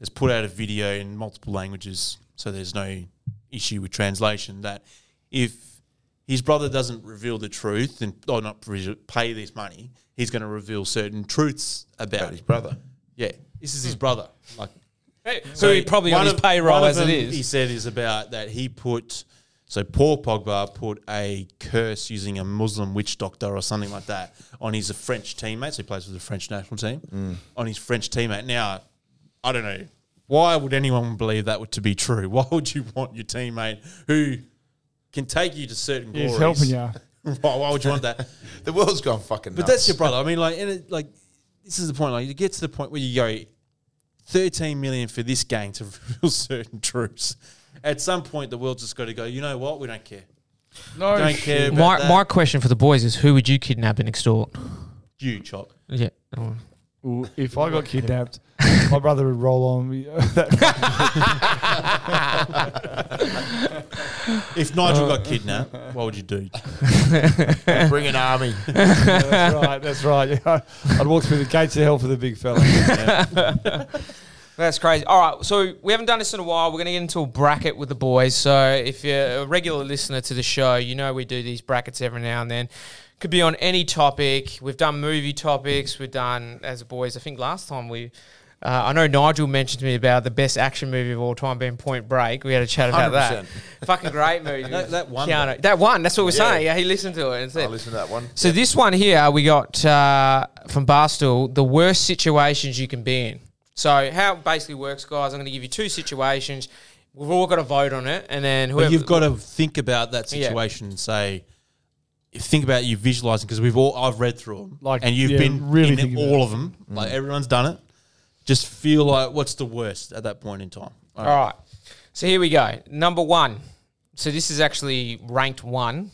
Speaker 4: has put out a video in multiple languages. So there's no issue with translation. That if his brother doesn't reveal the truth and or not re- pay this money, he's going to reveal certain truths about, his brother. Yeah, this is his brother. Like
Speaker 2: So he's probably
Speaker 4: one
Speaker 2: on his
Speaker 4: of-
Speaker 2: payroll
Speaker 4: one of
Speaker 2: as it
Speaker 4: them
Speaker 2: is.
Speaker 4: He said is about that he put so Paul Pogba put a curse using a Muslim witch doctor or something like that on his French teammate. So he plays for the French national team
Speaker 3: Mm.
Speaker 4: on his French teammate. Now I don't know why would anyone believe that would to be true. Why would you want your teammate who can take you to certain glories?
Speaker 3: He's helping you.
Speaker 4: Why, why would you want that?
Speaker 5: the world's gone fucking.
Speaker 4: But that's your brother. I mean, like, and it, like, this is the point. Like, you get to the point where you go, thirteen million for this gang to reveal certain truths. At some point, the world's just got to go. You know what? We don't care.
Speaker 3: No,
Speaker 4: don't
Speaker 3: Oh, shit.
Speaker 4: care. About
Speaker 2: My
Speaker 4: that.
Speaker 2: my question for the boys is: Who would you kidnap and extort?
Speaker 4: you chop.
Speaker 2: Yeah.
Speaker 3: Well, if I got kidnapped, my brother would roll on me. That-
Speaker 4: If Nigel got kidnapped, what would you do?
Speaker 5: Bring an army.
Speaker 3: that's right. That's right. Yeah. I'd walk through the gates of hell for the big fella.
Speaker 2: That's crazy. All right, so we haven't done this in a while. We're going to get into a bracket with the boys. So if you're a regular listener to the show, you know we do these brackets every now and then. Could be on any topic. We've done movie topics. We've done as a boys. I think last time we. Uh, I know Nigel mentioned to me about the best action movie of all time being Point Break. We had a chat about that.
Speaker 5: 100%.
Speaker 2: Fucking great movie.
Speaker 4: That- that one,
Speaker 2: Keanu- That one. That's what we're
Speaker 5: Yeah.
Speaker 2: saying. Yeah, he listened to it. And
Speaker 5: I
Speaker 2: said,
Speaker 5: listen to that one.
Speaker 2: so this one here we got uh, from Barstool: the worst situations you can be in. So how it basically works, guys? I'm going to give you two situations. We've all got to vote on it, and then whoever
Speaker 4: But you've got to think about that
Speaker 2: Yeah.
Speaker 4: situation and say, think about you visualizing because we've all I've read through them, like,
Speaker 3: Like,
Speaker 4: and you've
Speaker 3: yeah,
Speaker 4: been
Speaker 3: really
Speaker 4: really in
Speaker 3: think about
Speaker 4: all of them. Like everyone's done it. Just feel like what's the worst at that point in time. All
Speaker 2: All right. So here we go. Number one. So this is actually ranked one,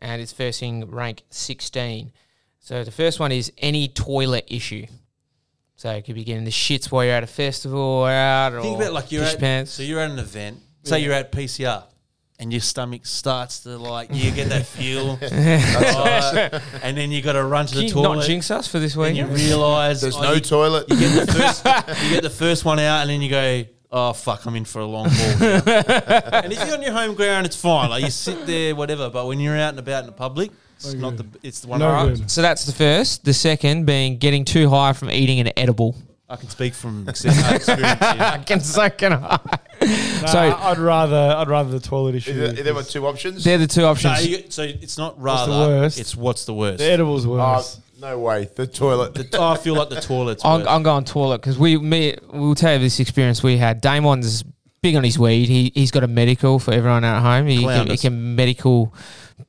Speaker 2: and it's versing rank 16. So the first one is any toilet issue. So it could be getting the shits while you're at a festival or out.
Speaker 4: Think
Speaker 2: or
Speaker 4: about like you're
Speaker 2: fish
Speaker 4: at,
Speaker 2: pants.
Speaker 4: so you're at an event. Say you're at PCR and your stomach starts to like you get that feel, uh, and then you got to run to
Speaker 2: Can
Speaker 4: the
Speaker 2: you
Speaker 4: toilet.
Speaker 2: not jinx us for this
Speaker 4: and you
Speaker 2: weekend?
Speaker 4: realize
Speaker 5: There's no
Speaker 4: oh, you,
Speaker 5: toilet.
Speaker 4: you get the first, you get the first one out, and then you go, "Oh fuck, I'm in for a long haul." here." and if you're on your home ground, it's fine. Like you sit there, whatever. But when you're out and about in the public, it's not the. It's the one.
Speaker 3: No
Speaker 4: All right.
Speaker 3: good.
Speaker 2: So that's the first. The second being getting too high from eating an edible.
Speaker 4: I can speak from ex- experience. here.
Speaker 2: Fucking second high.
Speaker 3: Nah,
Speaker 2: so
Speaker 3: I'd rather I'd rather the toilet issue.
Speaker 5: Is there, are there were
Speaker 3: is-
Speaker 5: two options.
Speaker 2: they're the two
Speaker 4: No,
Speaker 2: options.
Speaker 4: you- so it's not rather.
Speaker 3: worst?
Speaker 4: It's what's the worst.
Speaker 3: the edibles
Speaker 5: Oh,
Speaker 3: worse.
Speaker 5: no way. The toilet.
Speaker 4: The- oh, I feel like the toilet's
Speaker 2: I'm,
Speaker 4: worse.
Speaker 2: I'm going toilet because we me, we'll tell you this experience we had. Damon's big on his weed. He he's got a medical for everyone at home. He, can, he
Speaker 4: Clowners.
Speaker 2: can medical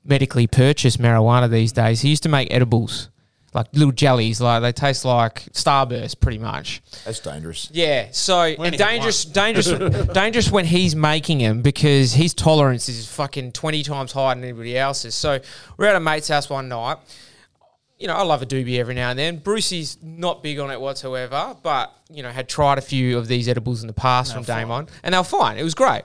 Speaker 2: medically purchase marijuana these days. He used to make edibles like little jellies, like they taste like Starburst pretty much.
Speaker 5: That's dangerous.
Speaker 2: Yeah, so and
Speaker 4: only had
Speaker 2: dangerous, dangerous, dangerous when he's making them because his tolerance is fucking twenty times higher than anybody else's. So we're at a mate's house one night. You know, I love a doobie every now and then. Brucey's not big on it whatsoever, but you know, had tried a few of these edibles in the past from Damon, and they were fine. It was great.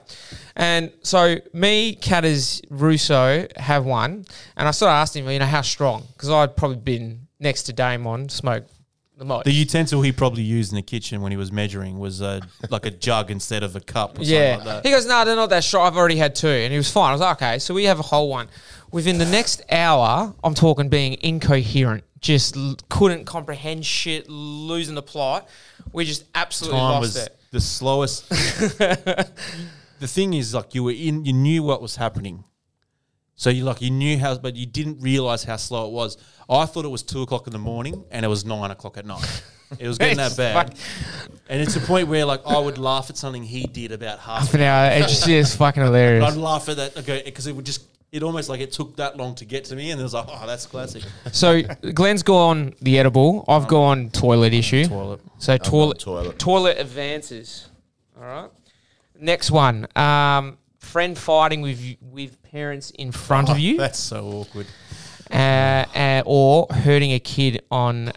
Speaker 2: And so me, Catters, Russo have one, and I sort of asked him, you know, how strong? Because I'd probably been next to Damon, smoked the most.
Speaker 4: the utensil he probably used in the kitchen when he was measuring was a, like a jug instead of a cup or
Speaker 2: Yeah.
Speaker 4: something like
Speaker 2: He
Speaker 4: that.
Speaker 2: goes, no, they're not that strong. I've already had two. And he was fine. I was like, okay, so we have a whole one. Within the next hour, I'm talking being incoherent, just l- couldn't comprehend shit, losing the plot. We just absolutely
Speaker 4: Time
Speaker 2: lost
Speaker 4: was
Speaker 2: it.
Speaker 4: the slowest. the thing is, like you were in, you knew what was happening, so you like you knew how, but you didn't realize how slow it was. I thought it was two o'clock in the morning, and it was nine o'clock at night. It was getting
Speaker 2: It's
Speaker 4: that bad,
Speaker 2: fuck-
Speaker 4: and it's a point where like I would laugh at something he did about half
Speaker 2: For now, it's just fucking hilarious.
Speaker 4: I'd laugh at that okay, because it would just it almost like it took that long to get to me, and it was like, oh, that's classic.
Speaker 2: So Glenn's gone the edible. I've gone toilet issue.
Speaker 4: Toilet.
Speaker 2: So toilet,
Speaker 5: toilet.
Speaker 2: toilet. advances. All right. Next one. Um, friend fighting with with parents in front of you.
Speaker 4: That's so awkward.
Speaker 2: uh, uh, or hurting a kid on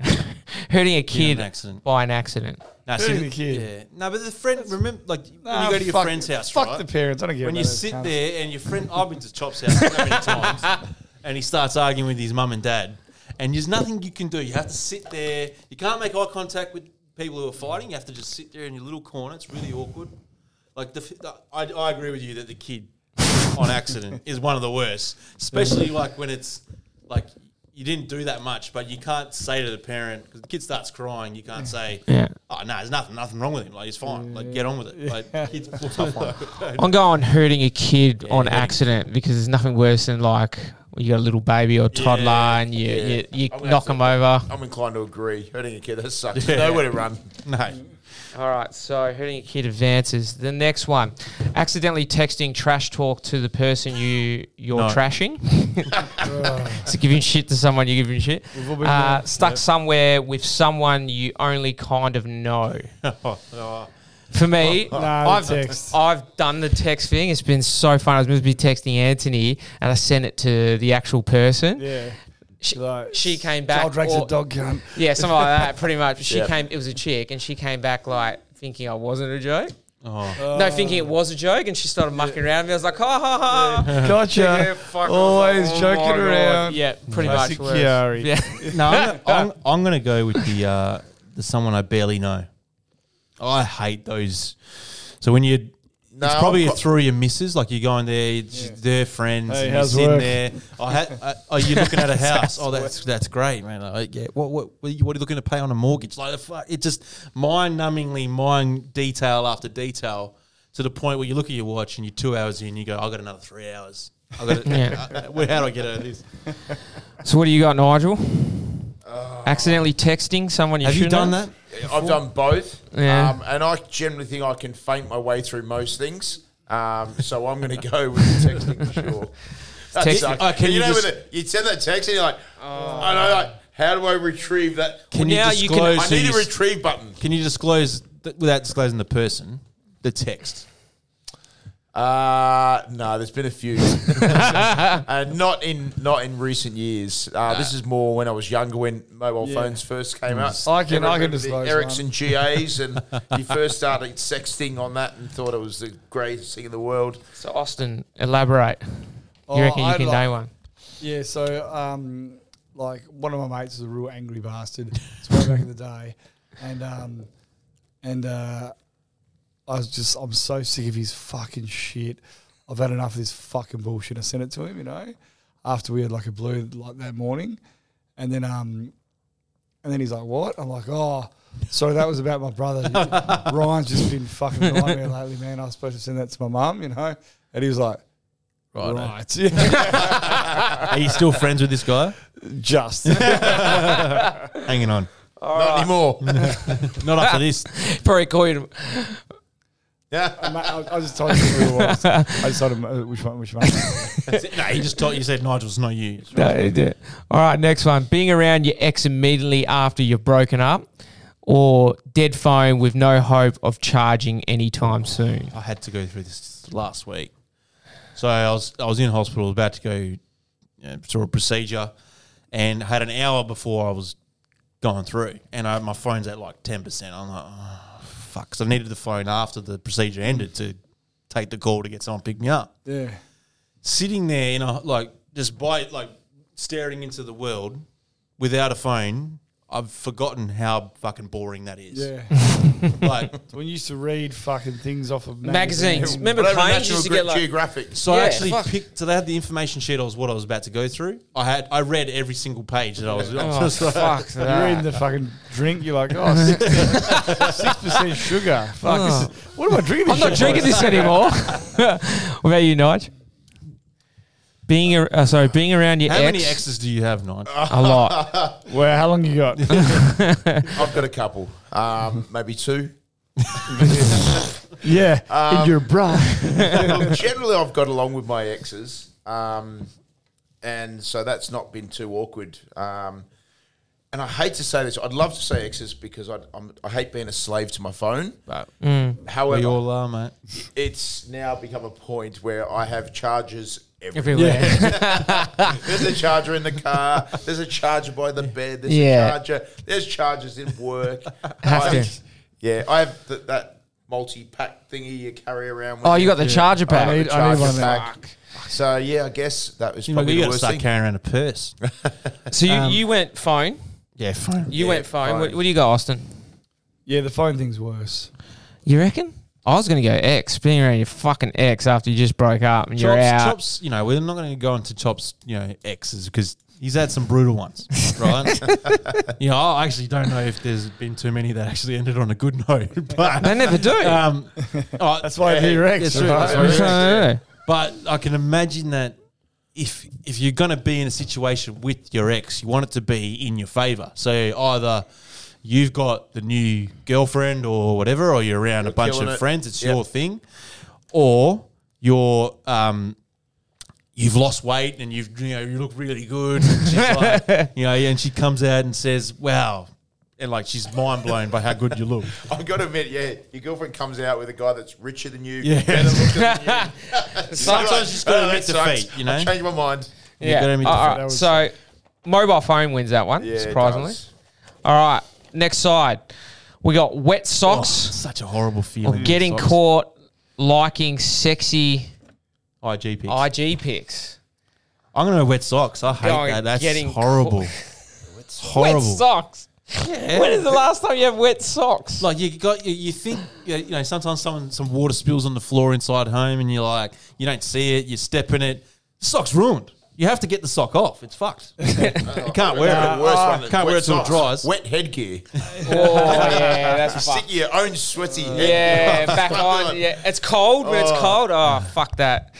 Speaker 2: hurting a kid
Speaker 4: an accident.
Speaker 2: by an accident.
Speaker 4: No,
Speaker 3: Hurting the kid.
Speaker 4: Yeah. No, but the friend. Remember, like when
Speaker 3: Nah,
Speaker 4: you go to your
Speaker 3: fuck-
Speaker 4: friend's house,
Speaker 3: Fuck
Speaker 4: right?
Speaker 3: the parents. I don't care.
Speaker 4: when
Speaker 3: about
Speaker 4: you
Speaker 3: those
Speaker 4: sit
Speaker 3: cunts.
Speaker 4: there and your friend, I've been to Chop's house so many times, and he starts arguing with his mum and dad, and there's nothing you can do. You have to sit there. You can't make eye contact with people who are fighting. You have to just sit there in your little corner. It's really awkward. Like the, f- the I, I agree with you that the kid on accident is one of the worst, especially like when it's like. You didn't do that much, but you can't say to the parent because the kid starts crying. You can't say,
Speaker 2: Yeah.
Speaker 4: "Oh no, there's nothing, nothing wrong with him. Like he's fine. Like get on with it." Like kids, tough one.
Speaker 2: I'm going hurting a kid on
Speaker 4: hurting-
Speaker 2: accident because there's nothing worse than like when you got a little baby or toddler
Speaker 4: Yeah,
Speaker 2: and you
Speaker 5: yeah.
Speaker 2: you,
Speaker 5: I'm
Speaker 2: you
Speaker 5: gonna
Speaker 2: knock
Speaker 5: have
Speaker 2: them
Speaker 5: to-
Speaker 2: over.
Speaker 5: I'm inclined to agree. Hurting a kid, that sucks. Nowhere to run.
Speaker 4: No.
Speaker 2: All right, so hurting a kid advances. The next one, accidentally texting trash talk to the person you you're
Speaker 4: No.
Speaker 2: trashing. so giving shit to someone you're giving shit.
Speaker 3: all been
Speaker 2: Uh,
Speaker 3: there.
Speaker 2: stuck somewhere with someone you only kind of know. For me,
Speaker 3: Nah,
Speaker 2: I've
Speaker 3: the text.
Speaker 2: I've done the text thing. It's been so fun. I was meant to be texting Anthony, and I sent it to the actual person.
Speaker 3: Yeah.
Speaker 2: She,
Speaker 3: Like,
Speaker 2: she came back.
Speaker 3: Child drags a
Speaker 2: or-
Speaker 3: dog cunt.
Speaker 2: Yeah, something like that. Pretty much. She
Speaker 5: Yeah.
Speaker 2: came. It was a chick, and she came back like thinking I wasn't a joke. No, thinking it was a joke, and she started mucking around. And I was like, ha ha ha.
Speaker 3: Gotcha.
Speaker 2: Yeah, fuck off.
Speaker 3: Always
Speaker 2: Oh
Speaker 3: joking
Speaker 2: my God.
Speaker 3: around.
Speaker 2: Yeah, pretty
Speaker 3: Classic
Speaker 2: much. worse.
Speaker 3: Chiari.
Speaker 2: Yeah.
Speaker 4: No, I'm, gonna- I'm, I'm going to go with the uh, the someone I barely know. I hate those. So when you,
Speaker 5: No,
Speaker 4: it's probably
Speaker 5: I'm-
Speaker 4: through your missus. Like you go in there, it's their friends,
Speaker 3: Hey,
Speaker 4: and you're
Speaker 3: how's
Speaker 4: sitting
Speaker 3: work?
Speaker 4: there. I had, I, oh, you're looking at a house. oh, that's that's great, man. Like, yeah, what what what are, you, what are you looking to pay on a mortgage? Like the fuck, it just mind-numbingly, mind detail after detail to the point where you look at your watch and you're two hours in, you go, I got another three hours. I got, to,
Speaker 2: Yeah.
Speaker 4: uh, how do I get out of this?
Speaker 2: So what do you got, Nigel? Accidentally texting someone you
Speaker 4: Uh, Have you
Speaker 2: shouldn't
Speaker 4: done
Speaker 2: have?
Speaker 4: that?
Speaker 5: I've done both,
Speaker 2: Yeah.
Speaker 5: um, and I generally think I can faint my way through most things. Um, so I'm going to go with the texting for sure. That
Speaker 2: Text-
Speaker 5: sucks.
Speaker 4: Oh, can
Speaker 5: And
Speaker 4: you
Speaker 5: you, know,
Speaker 4: just-
Speaker 5: when it- you'd send that text and you're like, I know, like, how do I retrieve that?
Speaker 4: Can
Speaker 2: Well, now
Speaker 4: you
Speaker 2: you can-
Speaker 4: disclose?
Speaker 5: I
Speaker 4: who
Speaker 5: need
Speaker 4: you
Speaker 5: a
Speaker 4: s-
Speaker 5: retrieve button.
Speaker 4: Can you disclose th- without disclosing the person, the text?
Speaker 5: Uh, no, there's been a few. uh, not in not in recent years. Uh, This is more when I was younger, when mobile phones first came out.
Speaker 3: Hmm. I can-
Speaker 5: Everyone
Speaker 3: I can
Speaker 5: did
Speaker 3: disclose one.
Speaker 5: Ericsson GAs, and you first started sexting on that and thought it was the greatest thing in the world.
Speaker 2: So Austin, elaborate.
Speaker 3: Oh,
Speaker 2: you reckon you
Speaker 3: I'd
Speaker 2: can
Speaker 3: like-
Speaker 2: day one?
Speaker 3: Yeah, so um, like one of my mates is a real angry bastard. It's way back in the day, and um, and uh, I was just I'm so sick of his fucking shit. I've had enough of this fucking bullshit. I sent it to him, you know, after we had like a blue like that morning, and then um, and then he's like, "What?" I'm like, "Oh." Sorry, that was about my brother. Ryan's just been fucking nightmare lately, man. I was supposed to send that to my mum, you know, and he was like,
Speaker 4: Righto.
Speaker 3: "Right, Yeah,
Speaker 4: Are you still friends with this guy?
Speaker 3: just."
Speaker 4: Hanging on.
Speaker 5: not anymore.
Speaker 4: Not after this.
Speaker 2: Probably call you.
Speaker 5: Yeah.
Speaker 3: Mate, I, I just told you who it was. I just told him uh, which one, which one.
Speaker 4: no, you just told you said Nigel's not you.
Speaker 2: All right, next one. Being around your ex immediately after you've broken up, or dead phone with no hope of charging anytime soon.
Speaker 4: I had to go through this last week. So I was I was in hospital, about to go you know, through a procedure, and had an hour before I was going through, and I, my phone's at like ten percent. I'm like, oh, fuck, 'cause I needed the phone after the procedure ended to take the call to get someone to pick me up.
Speaker 3: Yeah.
Speaker 4: Sitting there, you know, like just by like staring into the world without a phone. I've forgotten how fucking boring that is.
Speaker 3: Yeah.
Speaker 4: Like,
Speaker 3: When you used to read fucking things off of
Speaker 2: Magazines.
Speaker 3: magazines.
Speaker 2: Remember
Speaker 5: Whatever
Speaker 2: planes
Speaker 5: National
Speaker 2: used to get like.
Speaker 5: Geographic.
Speaker 4: So I
Speaker 2: Yeah,
Speaker 4: actually
Speaker 2: fuck.
Speaker 4: picked. So they had the information sheet. I was what I was about to go through. I had. I read every single page that I was. I was
Speaker 2: Oh,
Speaker 4: just like,
Speaker 2: fuck
Speaker 3: You're
Speaker 2: that.
Speaker 3: in
Speaker 4: Ah.
Speaker 3: the fucking drink. You're like, oh, six percent sugar. Fuck. This
Speaker 4: Oh.
Speaker 3: is, what am I drinking? This
Speaker 2: I'm not
Speaker 3: shit
Speaker 2: drinking
Speaker 3: for?
Speaker 2: this anymore. what about you, Nige? Being a, uh, sorry, being around your
Speaker 4: How
Speaker 2: ex
Speaker 4: many exes do you have, Nine?
Speaker 5: Ah,
Speaker 2: a lot.
Speaker 3: Well, how long you got?
Speaker 5: I've got a couple, um, maybe two.
Speaker 3: yeah, in your bra.
Speaker 2: Um,
Speaker 5: Look, generally, I've got along with my exes, um, and so that's not been too awkward. Um, and I hate to say this, I'd love to say exes because I, I'm, I hate being a slave to my phone.
Speaker 4: we
Speaker 5: However,
Speaker 4: all are, mate.
Speaker 5: it's now become a point where I have chargers everywhere.
Speaker 2: Everywhere.
Speaker 5: There's a charger in the car. There's a charger by the bed. There's
Speaker 2: Yeah.
Speaker 5: a charger. There's chargers in work.
Speaker 2: Have
Speaker 5: I-
Speaker 2: to.
Speaker 5: Yeah, I have th- that multi-pack thingy you carry around. With
Speaker 2: Oh, you got the charger
Speaker 5: I
Speaker 2: pack.
Speaker 5: got
Speaker 3: I
Speaker 5: the
Speaker 3: need- I need one of
Speaker 5: charger
Speaker 3: them.
Speaker 5: pack. So yeah, I guess that was
Speaker 4: You know,
Speaker 5: probably
Speaker 4: you
Speaker 5: the
Speaker 4: got to
Speaker 5: worst
Speaker 4: start
Speaker 5: thing.
Speaker 4: carrying around a purse.
Speaker 2: So you, you went phone.
Speaker 4: yeah, fine.
Speaker 2: You
Speaker 5: Yeah,
Speaker 2: went phone.
Speaker 5: phone.
Speaker 2: What, what do you go, Austin?
Speaker 3: Yeah, the phone thing's worse.
Speaker 2: You reckon? I was gonna go X, being around your fucking ex after you just broke up and you're
Speaker 4: Chops,
Speaker 2: out.
Speaker 4: Chops. You know, we're not going to go into Chops. You know, exes because he's had some brutal ones, right? you know, I actually don't know if there's been too many that actually ended on a good note, but
Speaker 2: They never do.
Speaker 4: Um, oh,
Speaker 3: That's why they're ex,
Speaker 4: it's true,
Speaker 3: right?
Speaker 4: that's why
Speaker 2: That's
Speaker 4: they're
Speaker 2: what
Speaker 4: ex.
Speaker 2: I do.
Speaker 4: But I can imagine that if if you're going to be in a situation with your ex, you want it to be in your favor. So either you've got the new girlfriend or whatever, or you're around a bunch of
Speaker 5: killing it.
Speaker 4: friends, it's
Speaker 5: Yep.
Speaker 4: your thing, or you're um, you've lost weight and you've you know you look really good. And she's like, you know, and she comes out and says, "Wow." And like she's mind blown by how good you look.
Speaker 5: I got to admit, yeah, your girlfriend comes out with a guy that's richer than you,
Speaker 4: Yeah.
Speaker 5: better looking than you.
Speaker 4: Sometimes
Speaker 5: You're
Speaker 4: you just gotta
Speaker 5: "Oh,
Speaker 4: admit
Speaker 5: that sucks.
Speaker 4: defeat, you know?"
Speaker 5: I changed my mind.
Speaker 2: Yeah. Uh,
Speaker 4: gotta admit
Speaker 2: All
Speaker 4: the fact.
Speaker 2: right, So mobile phone wins that one,
Speaker 5: Yeah, it
Speaker 2: surprisingly.
Speaker 5: does.
Speaker 2: All right. Next side. We got wet
Speaker 4: Oh,
Speaker 2: socks
Speaker 4: such a horrible
Speaker 2: or
Speaker 4: feeling.
Speaker 2: getting
Speaker 4: Oh, Socks.
Speaker 2: caught liking sexy
Speaker 4: IG pics.
Speaker 2: IG pics.
Speaker 4: I'm gonna wear wet socks. I hate
Speaker 2: Going-
Speaker 4: that. That's
Speaker 2: getting
Speaker 4: horrible. horrible.
Speaker 2: Wet socks. When is the last time you have wet socks?
Speaker 4: Like you got you, you think you know, you know sometimes someone some water spills on the floor inside home and you're like you don't see it. You step in it. The sock's ruined. You have to get the sock off. It's fucked. you can't wear
Speaker 5: The
Speaker 4: it.
Speaker 5: worst one that's
Speaker 4: can't wear
Speaker 5: wet
Speaker 4: it till it
Speaker 5: socks.
Speaker 4: dries.
Speaker 5: Wet headgear.
Speaker 2: oh yeah, that's
Speaker 5: Stick your own sweaty
Speaker 2: Yeah,
Speaker 5: head.
Speaker 2: back on. Yeah, it's cold, but it's cold. Oh, fuck that.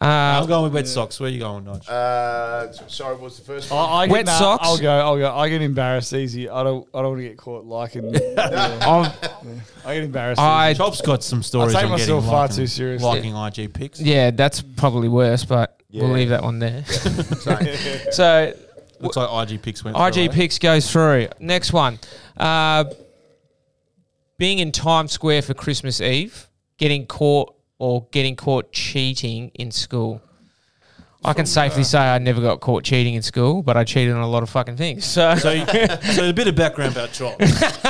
Speaker 4: I'm going with wet socks. Where you going, Nige?
Speaker 5: Uh, sorry, what was the first one?
Speaker 3: I, I get,
Speaker 2: Wet
Speaker 3: nah,
Speaker 2: socks?
Speaker 3: I'll go. I'll go. I get embarrassed easy. I don't. I don't want to get caught liking. yeah,
Speaker 2: I've,
Speaker 3: I get embarrassed.
Speaker 2: I
Speaker 4: Chop's got some stories.
Speaker 3: I take
Speaker 4: on getting
Speaker 3: myself far
Speaker 4: liking-
Speaker 3: too seriously.
Speaker 4: Liking IG pics.
Speaker 2: yeah, that's probably worse, but we'll
Speaker 5: Yeah.
Speaker 2: leave that one there.
Speaker 5: Same.
Speaker 2: So
Speaker 4: Looks like IG pics went. through,
Speaker 2: IG
Speaker 4: eh?
Speaker 2: picks goes through. Next one, uh, being in Times Square for Christmas Eve, getting caught or getting caught cheating in school. I can safely say I never got caught cheating in school, but I cheated on a lot of fucking things. So,
Speaker 4: So, you- so a bit of background about Chop.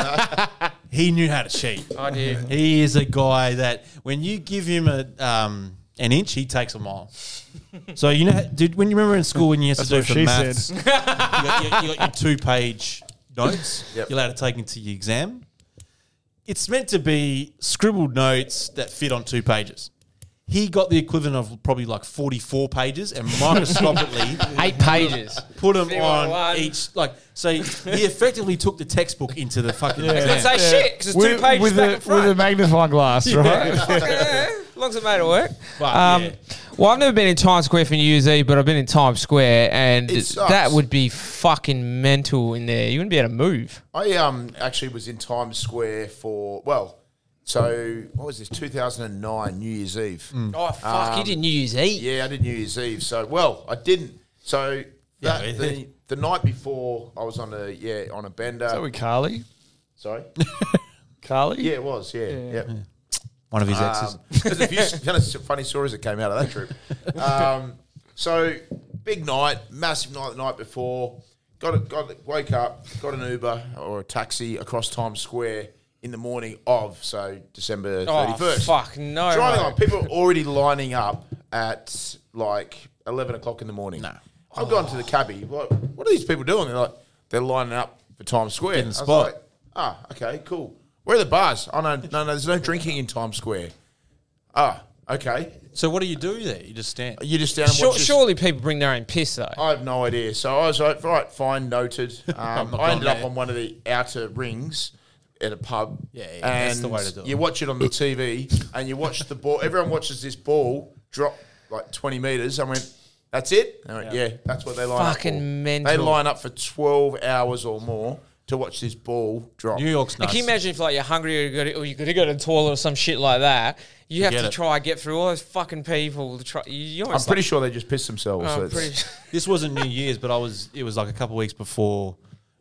Speaker 4: he knew how to cheat.
Speaker 2: I did.
Speaker 4: He is a guy that when you give him a um, an inch, he takes a mile. So you know, did when you remember in school when you had to do
Speaker 3: That's
Speaker 4: for
Speaker 3: what she
Speaker 4: maths, you, got, your- you got your two page notes.
Speaker 5: Yep.
Speaker 4: You're allowed to take into your exam. It's meant to be scribbled notes that fit on two pages. He got the equivalent of probably like 44 pages and microscopically
Speaker 2: Eight pages.
Speaker 4: put them
Speaker 2: Fifty
Speaker 4: on
Speaker 2: one.
Speaker 4: each. Like, so he effectively took the textbook into the fucking
Speaker 2: Didn't
Speaker 4: exam.
Speaker 2: say shit because it's two pages
Speaker 3: with,
Speaker 2: back
Speaker 3: a,
Speaker 2: and front.
Speaker 3: with a magnifying glass, right?
Speaker 2: yeah, as long as it made it work.
Speaker 4: But,
Speaker 2: um,
Speaker 4: yeah.
Speaker 2: Well, I've never been in Times Square for New Year's Eve, but I've been in Times Square, and
Speaker 5: It sucks.
Speaker 2: that would be fucking mental in there. You wouldn't be able to move.
Speaker 5: I um actually was in Times Square for well, so what was this? Two thousand and nine New Year's Eve.
Speaker 4: Mm.
Speaker 2: Oh fuck! you did New Year's Eve.
Speaker 5: Yeah, I did New Year's Eve. So well, I didn't. So that,
Speaker 4: Yeah,
Speaker 5: the, the night before, I was on a yeah on a bender.
Speaker 3: So with Carly.
Speaker 5: Sorry.
Speaker 3: Carly?
Speaker 5: Yeah, it was. Yeah, yeah.
Speaker 4: One of his exes.
Speaker 5: Um, there's a few s- kind of s- funny stories that came out of that trip. Um, so big night, massive night the night before. Got it, got it, woke up, got an Uber or a taxi across Times Square in the morning of so December
Speaker 2: Oh
Speaker 5: thirty first.
Speaker 2: fuck! No.
Speaker 5: Driving
Speaker 2: way.
Speaker 5: on, people are already lining up at like eleven o'clock in the morning. No, I've gone to the cabbie. What, what are these people doing? They're like they're lining up for Times Square.
Speaker 4: Getting
Speaker 5: I was
Speaker 4: spot.
Speaker 5: like, ah, okay, cool. Where are the bars? Oh no, no, no. There's no drinking in Times Square. Ah, okay.
Speaker 4: So what do you do there? You just stand.
Speaker 5: You just Oh, down. and
Speaker 2: Sure,
Speaker 5: watch this-
Speaker 2: surely people bring their own piss though.
Speaker 5: I have no idea. So I was like, right, fine, noted. Um,
Speaker 4: not
Speaker 5: I ended
Speaker 4: going
Speaker 5: up
Speaker 4: there.
Speaker 5: on one of the outer rings at a pub.
Speaker 4: Yeah, yeah,
Speaker 5: and
Speaker 4: that's the way to do it.
Speaker 5: You watch it on the TV, and you watch the ball. Everyone watches this ball drop like twenty meters. I went, that's it. And I went, yeah. that's what they line
Speaker 2: Fucking
Speaker 5: up. for.
Speaker 2: mental.
Speaker 5: They line up for twelve hours or more to watch this ball drop.
Speaker 4: New York's
Speaker 2: Like,
Speaker 4: nuts.
Speaker 2: Can you imagine if like you're hungry or you got to, or you got to go to the toilet or some shit like that? You have
Speaker 4: Forget
Speaker 2: to
Speaker 4: it.
Speaker 2: try and get through all those fucking people to try. You, you
Speaker 5: I'm
Speaker 2: almost
Speaker 5: pretty sure they just pissed themselves.
Speaker 2: like,
Speaker 5: so
Speaker 2: I'm
Speaker 5: it's-
Speaker 2: pretty.
Speaker 4: this wasn't New Year's, but I was. It was like a couple weeks before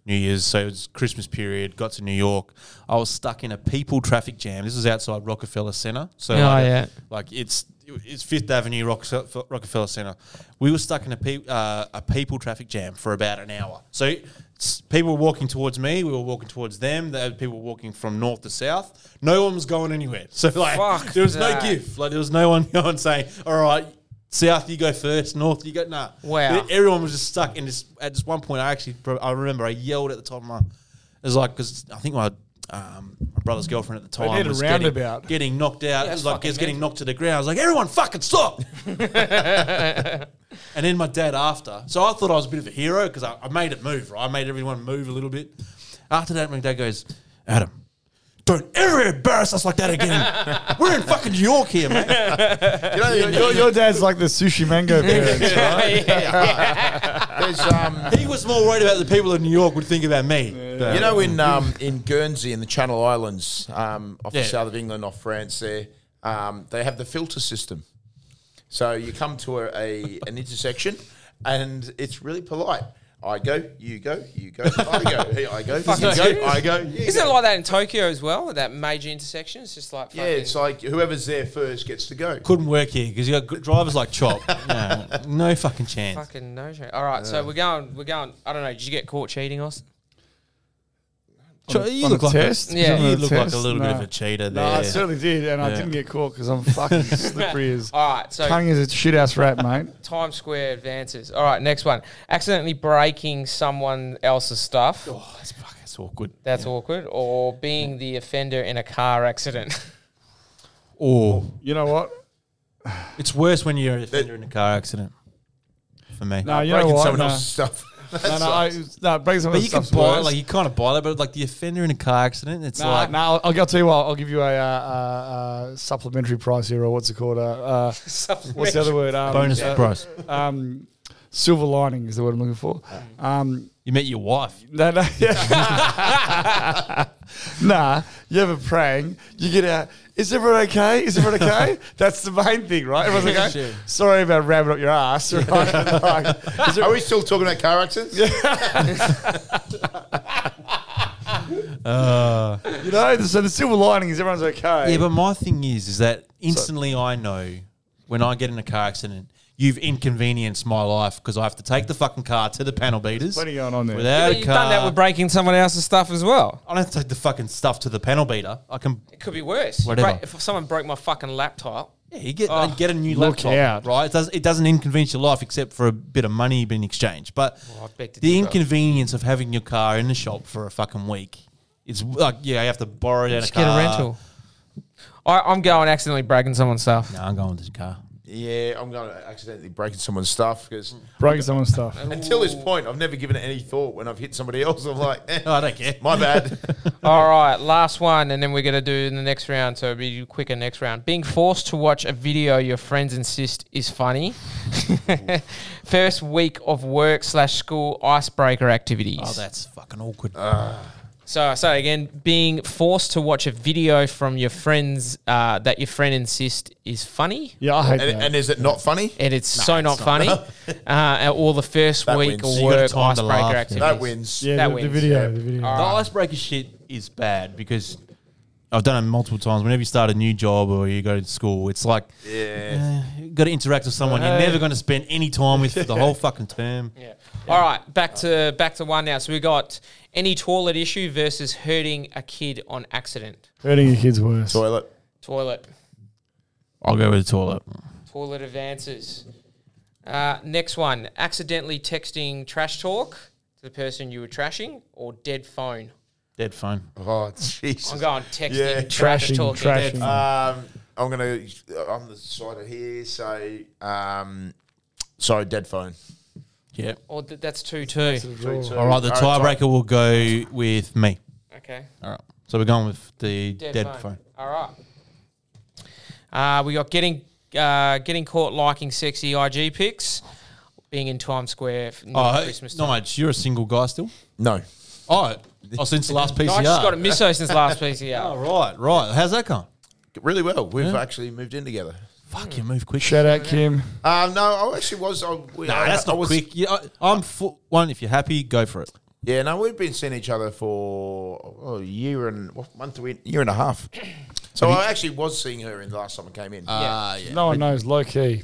Speaker 4: New Year's, so it was Christmas period. Got to New York, I was stuck in a people traffic jam. This was outside Rockefeller Center, so
Speaker 2: Oh,
Speaker 4: like,
Speaker 2: yeah.
Speaker 4: like it's it's Fifth Avenue Rockefeller, Rockefeller Center. We were stuck in a pe- uh, a people traffic jam for about an hour. So s- people were walking towards me, we were walking towards them. The other people were walking from north to south. No one was going anywhere. So like
Speaker 2: Fuck
Speaker 4: there was
Speaker 2: that.
Speaker 4: no give. Like there was no one going saying, "All right." South, you go first. North, you go. Nah. E,
Speaker 2: Wow.
Speaker 4: Everyone was just stuck in this. At this one point, I actually, pro- I remember I yelled at the top of my. It was like because I think my um, my brother's girlfriend at the time
Speaker 3: did a
Speaker 4: was
Speaker 3: roundabout.
Speaker 4: Getting, getting knocked out.
Speaker 2: that's
Speaker 4: it was like
Speaker 2: fucking
Speaker 4: it was getting
Speaker 2: mental.
Speaker 4: knocked to the ground. I was like, everyone, fucking stop! and then my dad after. So I thought I was a bit of a hero because I, I made it move. Right, I made everyone move a little bit. After that, my dad goes, Adam. Don't ever embarrass us like that again. We're in fucking New York here, mate.
Speaker 5: You know, you-
Speaker 3: Your,
Speaker 5: you-
Speaker 3: your dad's like the sushi mango parents.
Speaker 5: there's um,
Speaker 4: He was more worried about the people in New York would think about me. But-
Speaker 5: You know, in um, in Guernsey, in the Channel Islands, um, off
Speaker 4: Yeah.
Speaker 5: the south of England, off France, there, um, they have the filter system. So you come to a, a an intersection, and it's really polite. I go, you go, you go, I go, hey, I go, you
Speaker 2: Fucking
Speaker 5: go,
Speaker 2: serious?
Speaker 5: I go. you
Speaker 2: Isn't it
Speaker 5: go.
Speaker 2: like that in Tokyo as well? That major intersection, it's just like
Speaker 5: Yeah,
Speaker 2: fucking-
Speaker 5: it's like whoever's there first gets to go.
Speaker 4: couldn't work here because you got good drivers like Chop. no, no fucking chance.
Speaker 2: Fucking no shame. All right, so we're going. We're going. I don't know. Did you get caught cheating, Austin?
Speaker 4: Chop, you
Speaker 3: on
Speaker 4: look
Speaker 3: the
Speaker 4: like
Speaker 3: test?
Speaker 4: A,
Speaker 2: Yeah.
Speaker 4: you
Speaker 3: On the
Speaker 4: look like
Speaker 3: test?
Speaker 4: a little bit
Speaker 3: No.
Speaker 4: of a cheater
Speaker 3: No,
Speaker 4: there.
Speaker 3: I certainly did, and I
Speaker 4: Yeah.
Speaker 3: didn't get caught because I'm fucking slippery as
Speaker 2: All right, so
Speaker 3: tongue is a shit ass rat, mate.
Speaker 2: Times Square advances. All right, next one. Accidentally breaking someone else's stuff.
Speaker 4: oh, that's fucking that's awkward.
Speaker 2: That's awkward. Or being the offender in a car accident.
Speaker 4: Or
Speaker 3: You know what?
Speaker 4: it's worse when you're an offender in a car accident. For me,
Speaker 3: No, you know
Speaker 5: Breaking
Speaker 3: what?
Speaker 5: someone
Speaker 3: no.
Speaker 5: else's stuff.
Speaker 3: no, no, I, no, breaking someone
Speaker 4: but you
Speaker 3: else's
Speaker 4: can
Speaker 3: stuff's
Speaker 4: buy
Speaker 3: worse.
Speaker 4: like you kind of buy that, but like the offender in a car accident, it's
Speaker 3: No,
Speaker 4: like
Speaker 3: no, I'll, I'll, I'll tell you what. I'll give you a uh, uh, uh, supplementary price here, or what's it called? Uh, uh, what's the other word? Um,
Speaker 4: bonus
Speaker 3: uh,
Speaker 4: price.
Speaker 3: Um, silver lining is the word I'm looking for. Um,
Speaker 4: You met your wife.
Speaker 3: no, no, nah, you have a praying. You get out. Is everyone okay? Is everyone okay? That's the main thing, right? Everyone's okay.
Speaker 4: Sure.
Speaker 3: Sorry about ramming up your ass. Right? Like,
Speaker 5: Are we still talking about car accidents? Yeah.
Speaker 4: Uh,
Speaker 3: You know, so the silver lining is everyone's okay.
Speaker 4: yeah, but my thing is, is that instantly I know when I get in a car accident, you've inconvenienced my life because I have to take the fucking car to the panel beaters.
Speaker 3: plenty going on there.
Speaker 4: Without a
Speaker 2: You've
Speaker 4: car,
Speaker 2: done that with breaking someone else's stuff as well.
Speaker 4: I don't have to take the fucking stuff to the panel beater. I can.
Speaker 2: It could be worse.
Speaker 4: Whatever.
Speaker 2: Break- if someone broke my fucking laptop,
Speaker 4: Yeah, you get
Speaker 2: Oh,
Speaker 4: get a new
Speaker 3: look
Speaker 4: laptop,
Speaker 3: out.
Speaker 4: right? It does. It doesn't inconvenience your life except for a bit of money being exchanged. But
Speaker 2: Well, I beg to
Speaker 4: the
Speaker 2: differ.
Speaker 4: inconvenience of having your car in the shop for a fucking week. It's like yeah, you have to borrow down
Speaker 2: just
Speaker 4: a car.
Speaker 2: get a rental. I, I'm going accidentally breaking someone's stuff.
Speaker 4: No, I'm going to the car.
Speaker 5: Yeah, I'm going to accidentally break someone's stuff because
Speaker 3: Breaking someone's stuff.
Speaker 5: until this point, I've never given it any thought when I've hit somebody else. I'm like, eh,
Speaker 4: No, Oh, I don't care.
Speaker 5: my bad.
Speaker 2: All right, last one, and then we're going to do the next round, so it'll be quicker next round. Being forced to watch a video your friends insist is funny. First week of work slash school icebreaker activities.
Speaker 4: Oh, that's fucking awkward.
Speaker 2: Ah. So, so again, being forced to watch a video from your friends uh, that your friend insists is funny,
Speaker 3: Yeah, I hate
Speaker 5: and,
Speaker 3: that.
Speaker 5: and is it not funny?
Speaker 2: and it's so not funny, uh, or the first
Speaker 5: That
Speaker 2: week
Speaker 5: wins.
Speaker 2: of
Speaker 5: You
Speaker 4: gotta
Speaker 2: work
Speaker 4: time to
Speaker 2: icebreaker
Speaker 4: laugh, yeah.
Speaker 2: activities.
Speaker 5: That wins.
Speaker 3: yeah,
Speaker 2: that
Speaker 3: the, the
Speaker 2: wins.
Speaker 3: video,
Speaker 2: Yeah.
Speaker 3: the video.
Speaker 2: All
Speaker 4: The
Speaker 2: right.
Speaker 4: icebreaker shit is bad because I've done it multiple times. Whenever you start a new job or you go to school, it's like yeah, you got to interact with someone you're never going to spend any time with for the whole fucking term.
Speaker 2: Yeah. All right, back to back to one now. So we got any toilet issue versus hurting a kid on accident.
Speaker 3: Hurting your kids worse.
Speaker 5: Toilet.
Speaker 2: Toilet.
Speaker 4: I'll go with the toilet.
Speaker 2: Toilet advances. Uh, next one: accidentally texting trash talk to the person you were trashing, or dead phone.
Speaker 4: Dead phone.
Speaker 5: Oh, Jesus.
Speaker 2: I'm going texting,
Speaker 5: Yeah.
Speaker 2: trash
Speaker 3: Trashing,
Speaker 2: talking.
Speaker 3: trashing.
Speaker 5: Um, I'm gonna. I'm the side of here, so um, sorry, dead phone.
Speaker 4: Yeah.
Speaker 2: Or th- that's two two.
Speaker 5: Three, two.
Speaker 4: All right. The tiebreaker will go with me.
Speaker 2: Okay.
Speaker 4: All right. So we're going with the
Speaker 2: Dead,
Speaker 4: dead,
Speaker 2: phone.
Speaker 4: phone.
Speaker 2: All right. Uh, we got getting uh, getting caught liking sexy IG pics, being in Times Square for
Speaker 4: Oh,
Speaker 2: Christmas time.
Speaker 4: Nige, you're a single guy still.
Speaker 5: No.
Speaker 4: Oh, oh since the last PCR.
Speaker 2: No, I just got a miso since last PCR.
Speaker 4: Oh, right, right. How's that going?
Speaker 5: Really well. We've actually moved in together.
Speaker 4: Fuck, you move quick.
Speaker 3: Shout out, Kim.
Speaker 5: Um, no, I actually was. I, we,
Speaker 4: Nah,
Speaker 5: I-
Speaker 4: that's
Speaker 5: I
Speaker 4: not
Speaker 5: was-
Speaker 4: quick. Yeah, I, I'm for one. If you're happy, go for it.
Speaker 5: Yeah, no, we've been seeing each other for oh, a year and what, month, we- year and a half. So I actually was seeing her in the last time I came
Speaker 4: Oh,
Speaker 5: in.
Speaker 2: Yeah.
Speaker 4: Ah, yeah.
Speaker 3: No one knows, low key.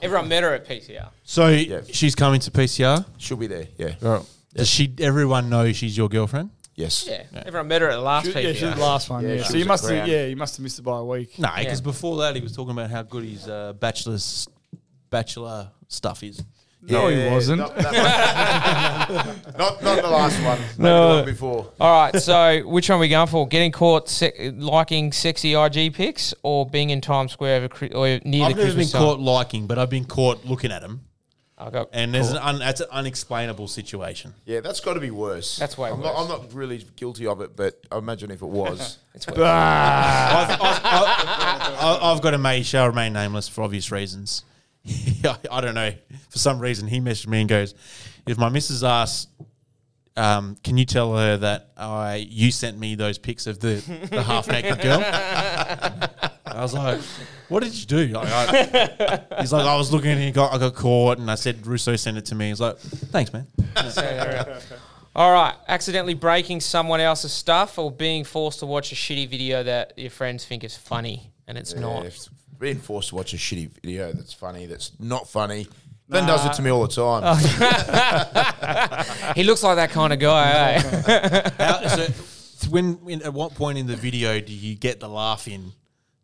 Speaker 2: Everyone met her at PCR.
Speaker 4: So she's coming to PCR.
Speaker 5: She'll be there. Yeah.
Speaker 4: Does she? Everyone know she's your girlfriend?
Speaker 5: Yes.
Speaker 2: Yeah. Everyone met her at the last
Speaker 3: Yeah,
Speaker 2: PCR.
Speaker 3: she was the last one.
Speaker 5: Yeah,
Speaker 3: Yeah,
Speaker 5: she
Speaker 3: so
Speaker 5: was
Speaker 3: you
Speaker 5: a
Speaker 3: must have,
Speaker 5: grand.
Speaker 3: yeah, you must have missed it by a week.
Speaker 4: No, because
Speaker 2: Yeah.
Speaker 4: before that he was talking about how good his uh, bachelor's bachelor stuff is.
Speaker 3: No, he wasn't.
Speaker 5: Not, that one. not, not the last one. No.
Speaker 3: No.
Speaker 5: The one before.
Speaker 2: All right. So which one are we going for? Getting caught se- liking sexy IG pics or being in Times Square over, Chri- or near
Speaker 4: I've
Speaker 2: the
Speaker 4: never been
Speaker 2: Christmas
Speaker 4: caught liking, but I've been caught looking at him,
Speaker 2: time? I got
Speaker 4: and there's an un, that's an unexplainable situation.
Speaker 5: Yeah, that's got to be worse.
Speaker 2: That's way
Speaker 5: I'm
Speaker 2: worse.
Speaker 5: Not, I'm not really guilty of it, but I imagine if it was.
Speaker 2: it's worse.
Speaker 4: I've, I've, I've, I've got a mate, he shall remain nameless for obvious reasons. I, I don't know. For some reason, he messaged me and goes, If my missus asks, um, can you tell her that I you sent me those pics of the, the half naked girl? I was like, What did you do? Like, I- he's like, I was looking and he got, I got caught and I said, Russo sent it to me. He's like, Thanks, man.
Speaker 2: All right. Accidentally breaking someone else's stuff or being forced to watch a shitty video that your friends think is funny and it's
Speaker 5: Yeah,
Speaker 2: not.
Speaker 5: if being forced to watch a shitty video that's funny, that's not funny. Ben does it to me all the
Speaker 2: Oh,
Speaker 5: time.
Speaker 2: He looks like that kind of guy. eh?
Speaker 4: How, Uh, so th- when, when at what point in the video do you get the laugh in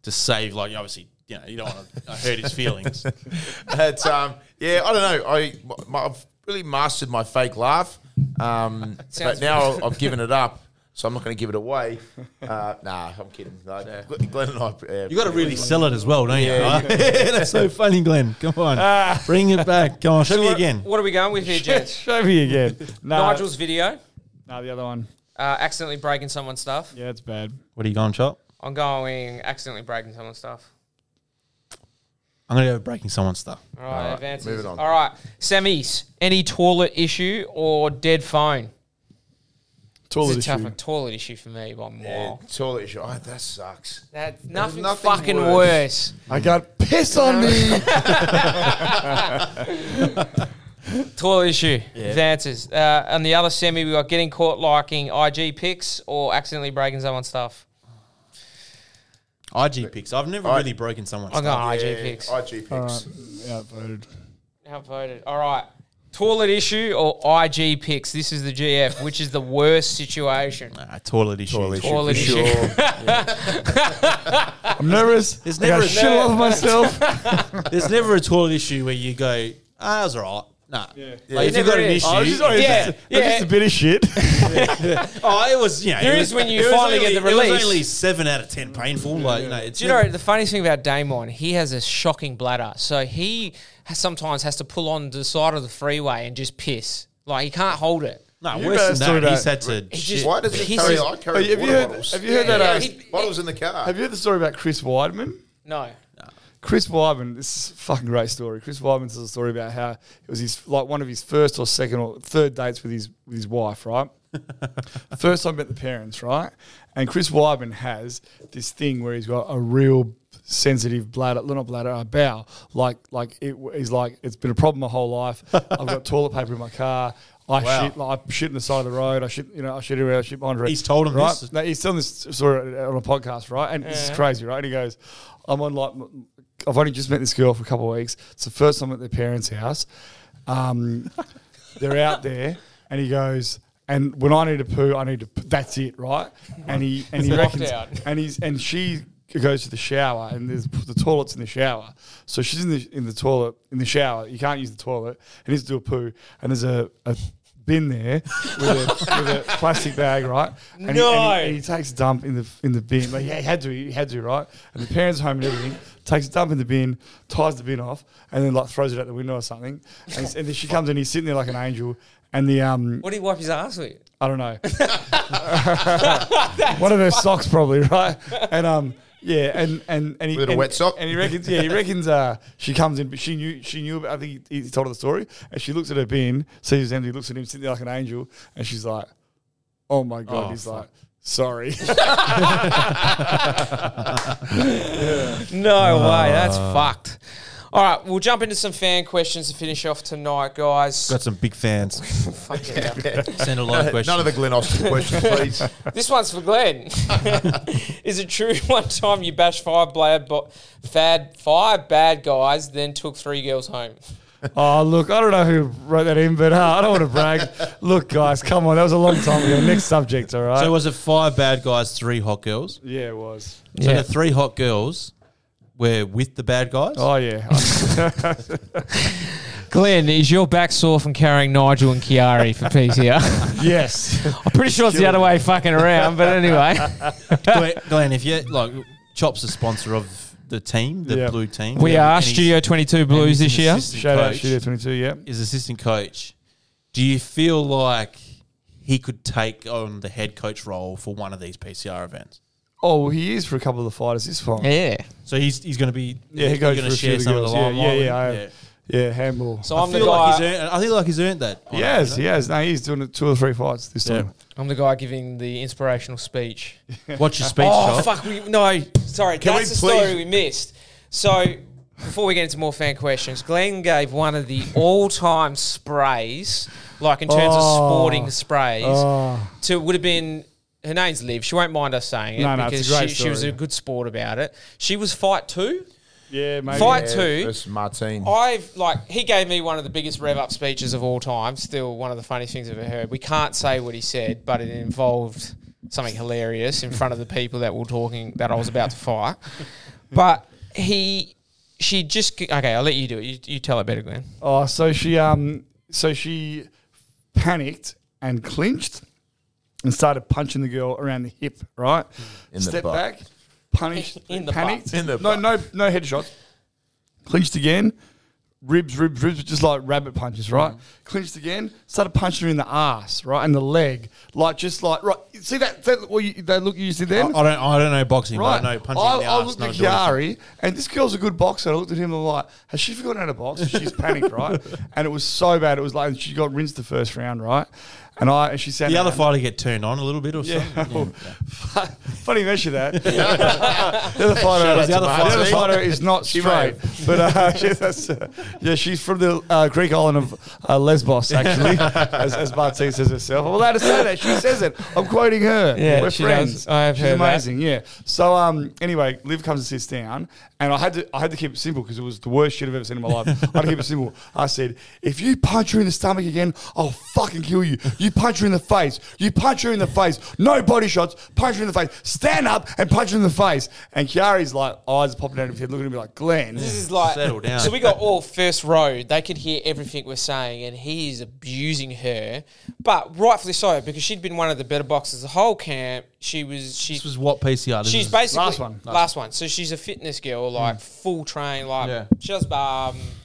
Speaker 4: to save? Like obviously, you know, you don't want to hurt his feelings.
Speaker 5: but um, yeah, I don't know. I my, I've really mastered my fake laugh, um,
Speaker 2: Sounds-
Speaker 5: but now I've given it up. So I'm not going to give it away. Uh, nah, I'm kidding. Like, Glenn- Glenn and I. Uh,
Speaker 4: You got to really sell it as well, don't
Speaker 5: Yeah.
Speaker 4: you? That's so funny, Glenn. Come on, bring it back. Come on, show me
Speaker 2: What-
Speaker 4: again.
Speaker 2: What are we going with here, gents?
Speaker 3: Show me again. No,
Speaker 2: Nigel's video.
Speaker 3: no, the other one.
Speaker 2: Uh, accidentally breaking someone's stuff.
Speaker 3: Yeah, it's bad.
Speaker 4: What are you going, Chop?
Speaker 2: I'm going accidentally breaking someone's stuff.
Speaker 4: I'm gonna go breaking someone's stuff.
Speaker 2: All right, advances.
Speaker 5: moving on.
Speaker 2: All right, semis. Any toilet issue or dead phone? This
Speaker 3: Toilet
Speaker 2: is a tough
Speaker 3: issue.
Speaker 2: one. toilet issue for me by a mile.
Speaker 5: toilet issue. Oh, that sucks.
Speaker 2: That nothing,
Speaker 5: nothing
Speaker 2: fucking worse.
Speaker 5: worse.
Speaker 3: I got piss on me.
Speaker 2: Tall issue. Advances. Uh, on the other semi, we got getting caught liking IG pics or accidentally breaking someone's stuff.
Speaker 4: IG picks. I've never really broken someone's
Speaker 2: I
Speaker 4: stuff.
Speaker 2: got IG
Speaker 5: Yeah,
Speaker 2: pics.
Speaker 5: IG picks.
Speaker 9: Uh, Outvoted.
Speaker 2: Outvoted. All right. Toilet issue or IG pics? This is the GF. Which is the worst situation?
Speaker 4: Nah, toilet issue.
Speaker 5: Toilet issue.
Speaker 2: Toilet
Speaker 5: for
Speaker 2: issue.
Speaker 5: sure.
Speaker 9: I'm nervous. It's
Speaker 4: never
Speaker 9: never
Speaker 4: a
Speaker 9: shit all over myself.
Speaker 4: There's never a toilet issue where you go, ah, that's all right. Nah.
Speaker 5: Yeah.
Speaker 4: Like, if
Speaker 2: It
Speaker 4: you've got
Speaker 2: never
Speaker 4: an
Speaker 2: is.
Speaker 4: issue.
Speaker 2: I was
Speaker 9: just- I was
Speaker 2: Yeah,
Speaker 9: It's just
Speaker 2: yeah.
Speaker 9: a bit of shit.
Speaker 4: Oh, it was, you know.
Speaker 2: There
Speaker 4: it
Speaker 2: is
Speaker 4: was-
Speaker 2: when you
Speaker 4: it was
Speaker 2: finally get
Speaker 4: only-
Speaker 2: the
Speaker 4: It
Speaker 2: release.
Speaker 4: was only 7 out of 10 painful. Like, you know, it's
Speaker 2: Do you know the funniest thing about Damon? He has a shocking bladder, so he has sometimes has to pull on the side of the freeway and just piss. Like he can't hold it.
Speaker 4: No,
Speaker 9: You
Speaker 4: worse
Speaker 9: guys
Speaker 4: than that.
Speaker 9: talk
Speaker 4: He's had
Speaker 9: about-
Speaker 4: to.
Speaker 2: just-
Speaker 5: Why does he
Speaker 2: He's
Speaker 5: carry?
Speaker 2: just-
Speaker 5: I carry
Speaker 9: Have you
Speaker 5: water
Speaker 9: heard-
Speaker 5: bottles.
Speaker 9: have you heard
Speaker 2: Yeah,
Speaker 9: that?
Speaker 2: yeah,
Speaker 9: uh,
Speaker 2: he-
Speaker 5: bottles in the car?
Speaker 9: Have you heard the story about Chris Weidman?
Speaker 2: No.
Speaker 9: Chris Wyman, this is a fucking great story. Chris Wyman tells a story about how it was his like one of his first or second or third dates with his with his wife, right? first time met the parents, right? And Chris Wyman has this thing where he's got a real sensitive bladder, well, not bladder, a bowel. Like like it, he's like it's been a problem my whole life. I've got toilet paper in my car. I
Speaker 4: Wow.
Speaker 9: shit, like, I shit in the side of the road. I shit, you know, I shit everywhere. I shit behind the
Speaker 4: He's told him
Speaker 9: right?
Speaker 4: this?
Speaker 9: No, he's telling this story on a podcast, right? And this is crazy, right? And he goes, I'm on like, m- I've only just met this girl for a couple of weeks. It's the first time at their parents' house. Um, they're out there, and he goes, and when I need to poo, I need to. Poo. That's it, right? And he and he
Speaker 2: It's locked
Speaker 9: reckons,
Speaker 2: out.
Speaker 9: and he's and she goes to the shower, and there's the toilet's in the shower, so she's in the in the toilet in the shower. You can't use the toilet, and needs to do a poo, and there's a. a bin there with a, with a plastic bag, right? And he- and he-
Speaker 2: No.
Speaker 9: and he takes a dump in the in the bin. Like, yeah, he had to, he had to, right? And the parents home and everything. Takes a dump in the bin, ties the bin off, and then like throws it out the window or something. And, he's- and then she comes in, he's sitting there like an angel. And the um,
Speaker 2: What did he wipe his ass with?
Speaker 9: I don't know, one of her socks probably, right? And um, yeah, and and and he
Speaker 5: With a
Speaker 9: and-
Speaker 5: wet sock?
Speaker 9: And he reckons, yeah, he reckons uh, she comes in, but she knew, she knew. I think he, he told her the story, and she looks at her bin, sees it's empty, looks at him sitting there like an angel, and she's like, "Oh my god,"
Speaker 4: Oh,
Speaker 9: he's
Speaker 4: fuck.
Speaker 9: like. Sorry.
Speaker 2: No way. That's fucked. All right, we'll jump into some fan questions to finish off tonight, guys.
Speaker 4: Got some big fans.
Speaker 2: Fucking hell.
Speaker 4: Send a lot of questions.
Speaker 5: None of the Glen Austin questions, please.
Speaker 2: This one's for Glenn. Is it true one time you bashed five bad, bo- fad, five bad guys, then took three girls home?
Speaker 9: oh, look, I don't know who wrote that in, but uh, I don't want to brag. Look, guys, come on. That was a long time ago. Next subject, all right?
Speaker 4: So was it five bad guys, three hot girls?
Speaker 9: yeah, it was.
Speaker 4: So the three hot girls were with the bad guys.
Speaker 9: Oh, yeah.
Speaker 2: Glenn, is your back sore from carrying Nigel and Chiari for PCR?
Speaker 9: yes.
Speaker 2: I'm pretty sure it's the other way fucking around, but anyway.
Speaker 4: Glenn, Glenn, if you like, Chops a sponsor of the team, the
Speaker 9: Yeah.
Speaker 4: blue team.
Speaker 2: We
Speaker 4: And
Speaker 2: are
Speaker 4: he's-
Speaker 2: Studio 22
Speaker 4: and
Speaker 2: Blues
Speaker 4: he's an
Speaker 2: this year.
Speaker 4: assistant
Speaker 9: Shout out
Speaker 4: coach.
Speaker 9: Studio 22, yeah.
Speaker 4: His assistant coach. Do you feel like he could take on the head coach role for one of these PCR events?
Speaker 9: Oh, well, he is for a couple of the fighters. He's fine. Yeah,
Speaker 2: Yeah.
Speaker 4: So he's he's going to be
Speaker 9: he
Speaker 4: going
Speaker 9: goes
Speaker 4: to
Speaker 9: for a few
Speaker 4: share
Speaker 9: of the
Speaker 4: some of the
Speaker 9: girls. Yeah,
Speaker 4: limelight.
Speaker 9: yeah, yeah, I-
Speaker 4: with-
Speaker 9: yeah, handball.
Speaker 2: So
Speaker 4: I
Speaker 2: I'm the
Speaker 4: feel like he's
Speaker 2: guy.
Speaker 4: earned, I feel like he's earned that.
Speaker 9: he has, he has. No, he's doing it two or three fights this
Speaker 4: Yeah.
Speaker 9: time.
Speaker 2: I'm the guy giving the inspirational speech.
Speaker 4: What's your speech?
Speaker 2: Oh
Speaker 4: Chop?
Speaker 2: fuck! We no. Sorry,
Speaker 5: Can we
Speaker 2: that's the story
Speaker 5: please-
Speaker 2: we missed. So before we get into more fan questions, Glenn gave one of the all-time sprays, like in terms
Speaker 9: Oh.
Speaker 2: of sporting sprays,
Speaker 9: Oh,
Speaker 2: to would have been. Her name's Liv. She won't mind us saying it
Speaker 9: No, no, it's a
Speaker 2: because
Speaker 9: great
Speaker 2: she, she was
Speaker 9: story.
Speaker 2: a good sport about it. She was fight two.
Speaker 9: Oh, yeah, mate.
Speaker 2: Fight
Speaker 5: Yeah,
Speaker 2: two.
Speaker 5: versus Martine.
Speaker 2: I've like he gave me one of the biggest rev up speeches of all time. Still one of the funniest things I've ever heard. We can't say what he said, but it involved something hilarious in front of the people that were talking that I was about to fire. But he, she just okay. I'll let you do it. You, you tell it better, Glenn.
Speaker 9: Oh, so she um, so she panicked and clinched and started punching the girl around the hip. Right,
Speaker 5: In the
Speaker 9: step
Speaker 5: butt.
Speaker 9: back, punished,
Speaker 2: In the
Speaker 9: panicked,
Speaker 5: butt. In the
Speaker 9: no, no, no headshots. Clinched again, ribs, ribs, ribs, just like rabbit punches. Right, clinched again, started punching her in the ass. Right, and the leg, like just like right. See that? that what you, that look you see
Speaker 4: I,
Speaker 9: then?
Speaker 4: I don't I don't know boxing,
Speaker 9: Right.
Speaker 4: but I know punching
Speaker 9: I,
Speaker 4: in the
Speaker 9: I
Speaker 4: arse,
Speaker 9: looked
Speaker 4: not
Speaker 9: at
Speaker 4: a door.
Speaker 9: Yari, and this girl's a good boxer. I looked at him and I'm like, has she forgotten how to box? She's panicked, right? And it was so bad. It was like she got rinsed the first round, right? And I and she sent
Speaker 4: The
Speaker 9: her-
Speaker 4: other fighter get turned on a little bit or
Speaker 9: Yeah.
Speaker 4: something.
Speaker 9: Funny you mention that. the other fighter,
Speaker 5: out
Speaker 9: the
Speaker 5: to
Speaker 9: other fighter,
Speaker 5: Marty.
Speaker 9: is not straight,
Speaker 5: may
Speaker 9: but uh, she- that's, uh, yeah, she's from the uh, Greek island of uh, Lesbos, actually, as, as Martine says herself. I'm allowed to say that. She says it. I'm quoting her.
Speaker 2: Yeah,
Speaker 9: we're
Speaker 2: she
Speaker 9: friends.
Speaker 2: does. I have
Speaker 9: She's
Speaker 2: heard that.
Speaker 9: amazing. Yeah. So um, anyway, Liv comes and sits down, and I had to I had to keep it simple because it was the worst shit I've ever seen in my life. I had to keep it simple. I said, if you punch her in the stomach again, I'll fucking kill you. You punch her in the face. You punch her in the face. No body shots. Punch her in the face. Stand up and punch her in the face. And Kiari's like eyes popping out of his head, looking at me like Glenn.
Speaker 2: This is like
Speaker 4: Settle down.
Speaker 2: so we got all first row. They could hear everything we're saying, and he is abusing her, but rightfully so because she'd been one of the better boxers the whole camp. She was she
Speaker 4: This was what PCR. This
Speaker 2: she's
Speaker 4: is-
Speaker 2: basically
Speaker 9: Last one.
Speaker 2: last, one. So she's a fitness girl, like
Speaker 4: Hmm.
Speaker 2: full train, like
Speaker 4: Yeah.
Speaker 2: she does. Um,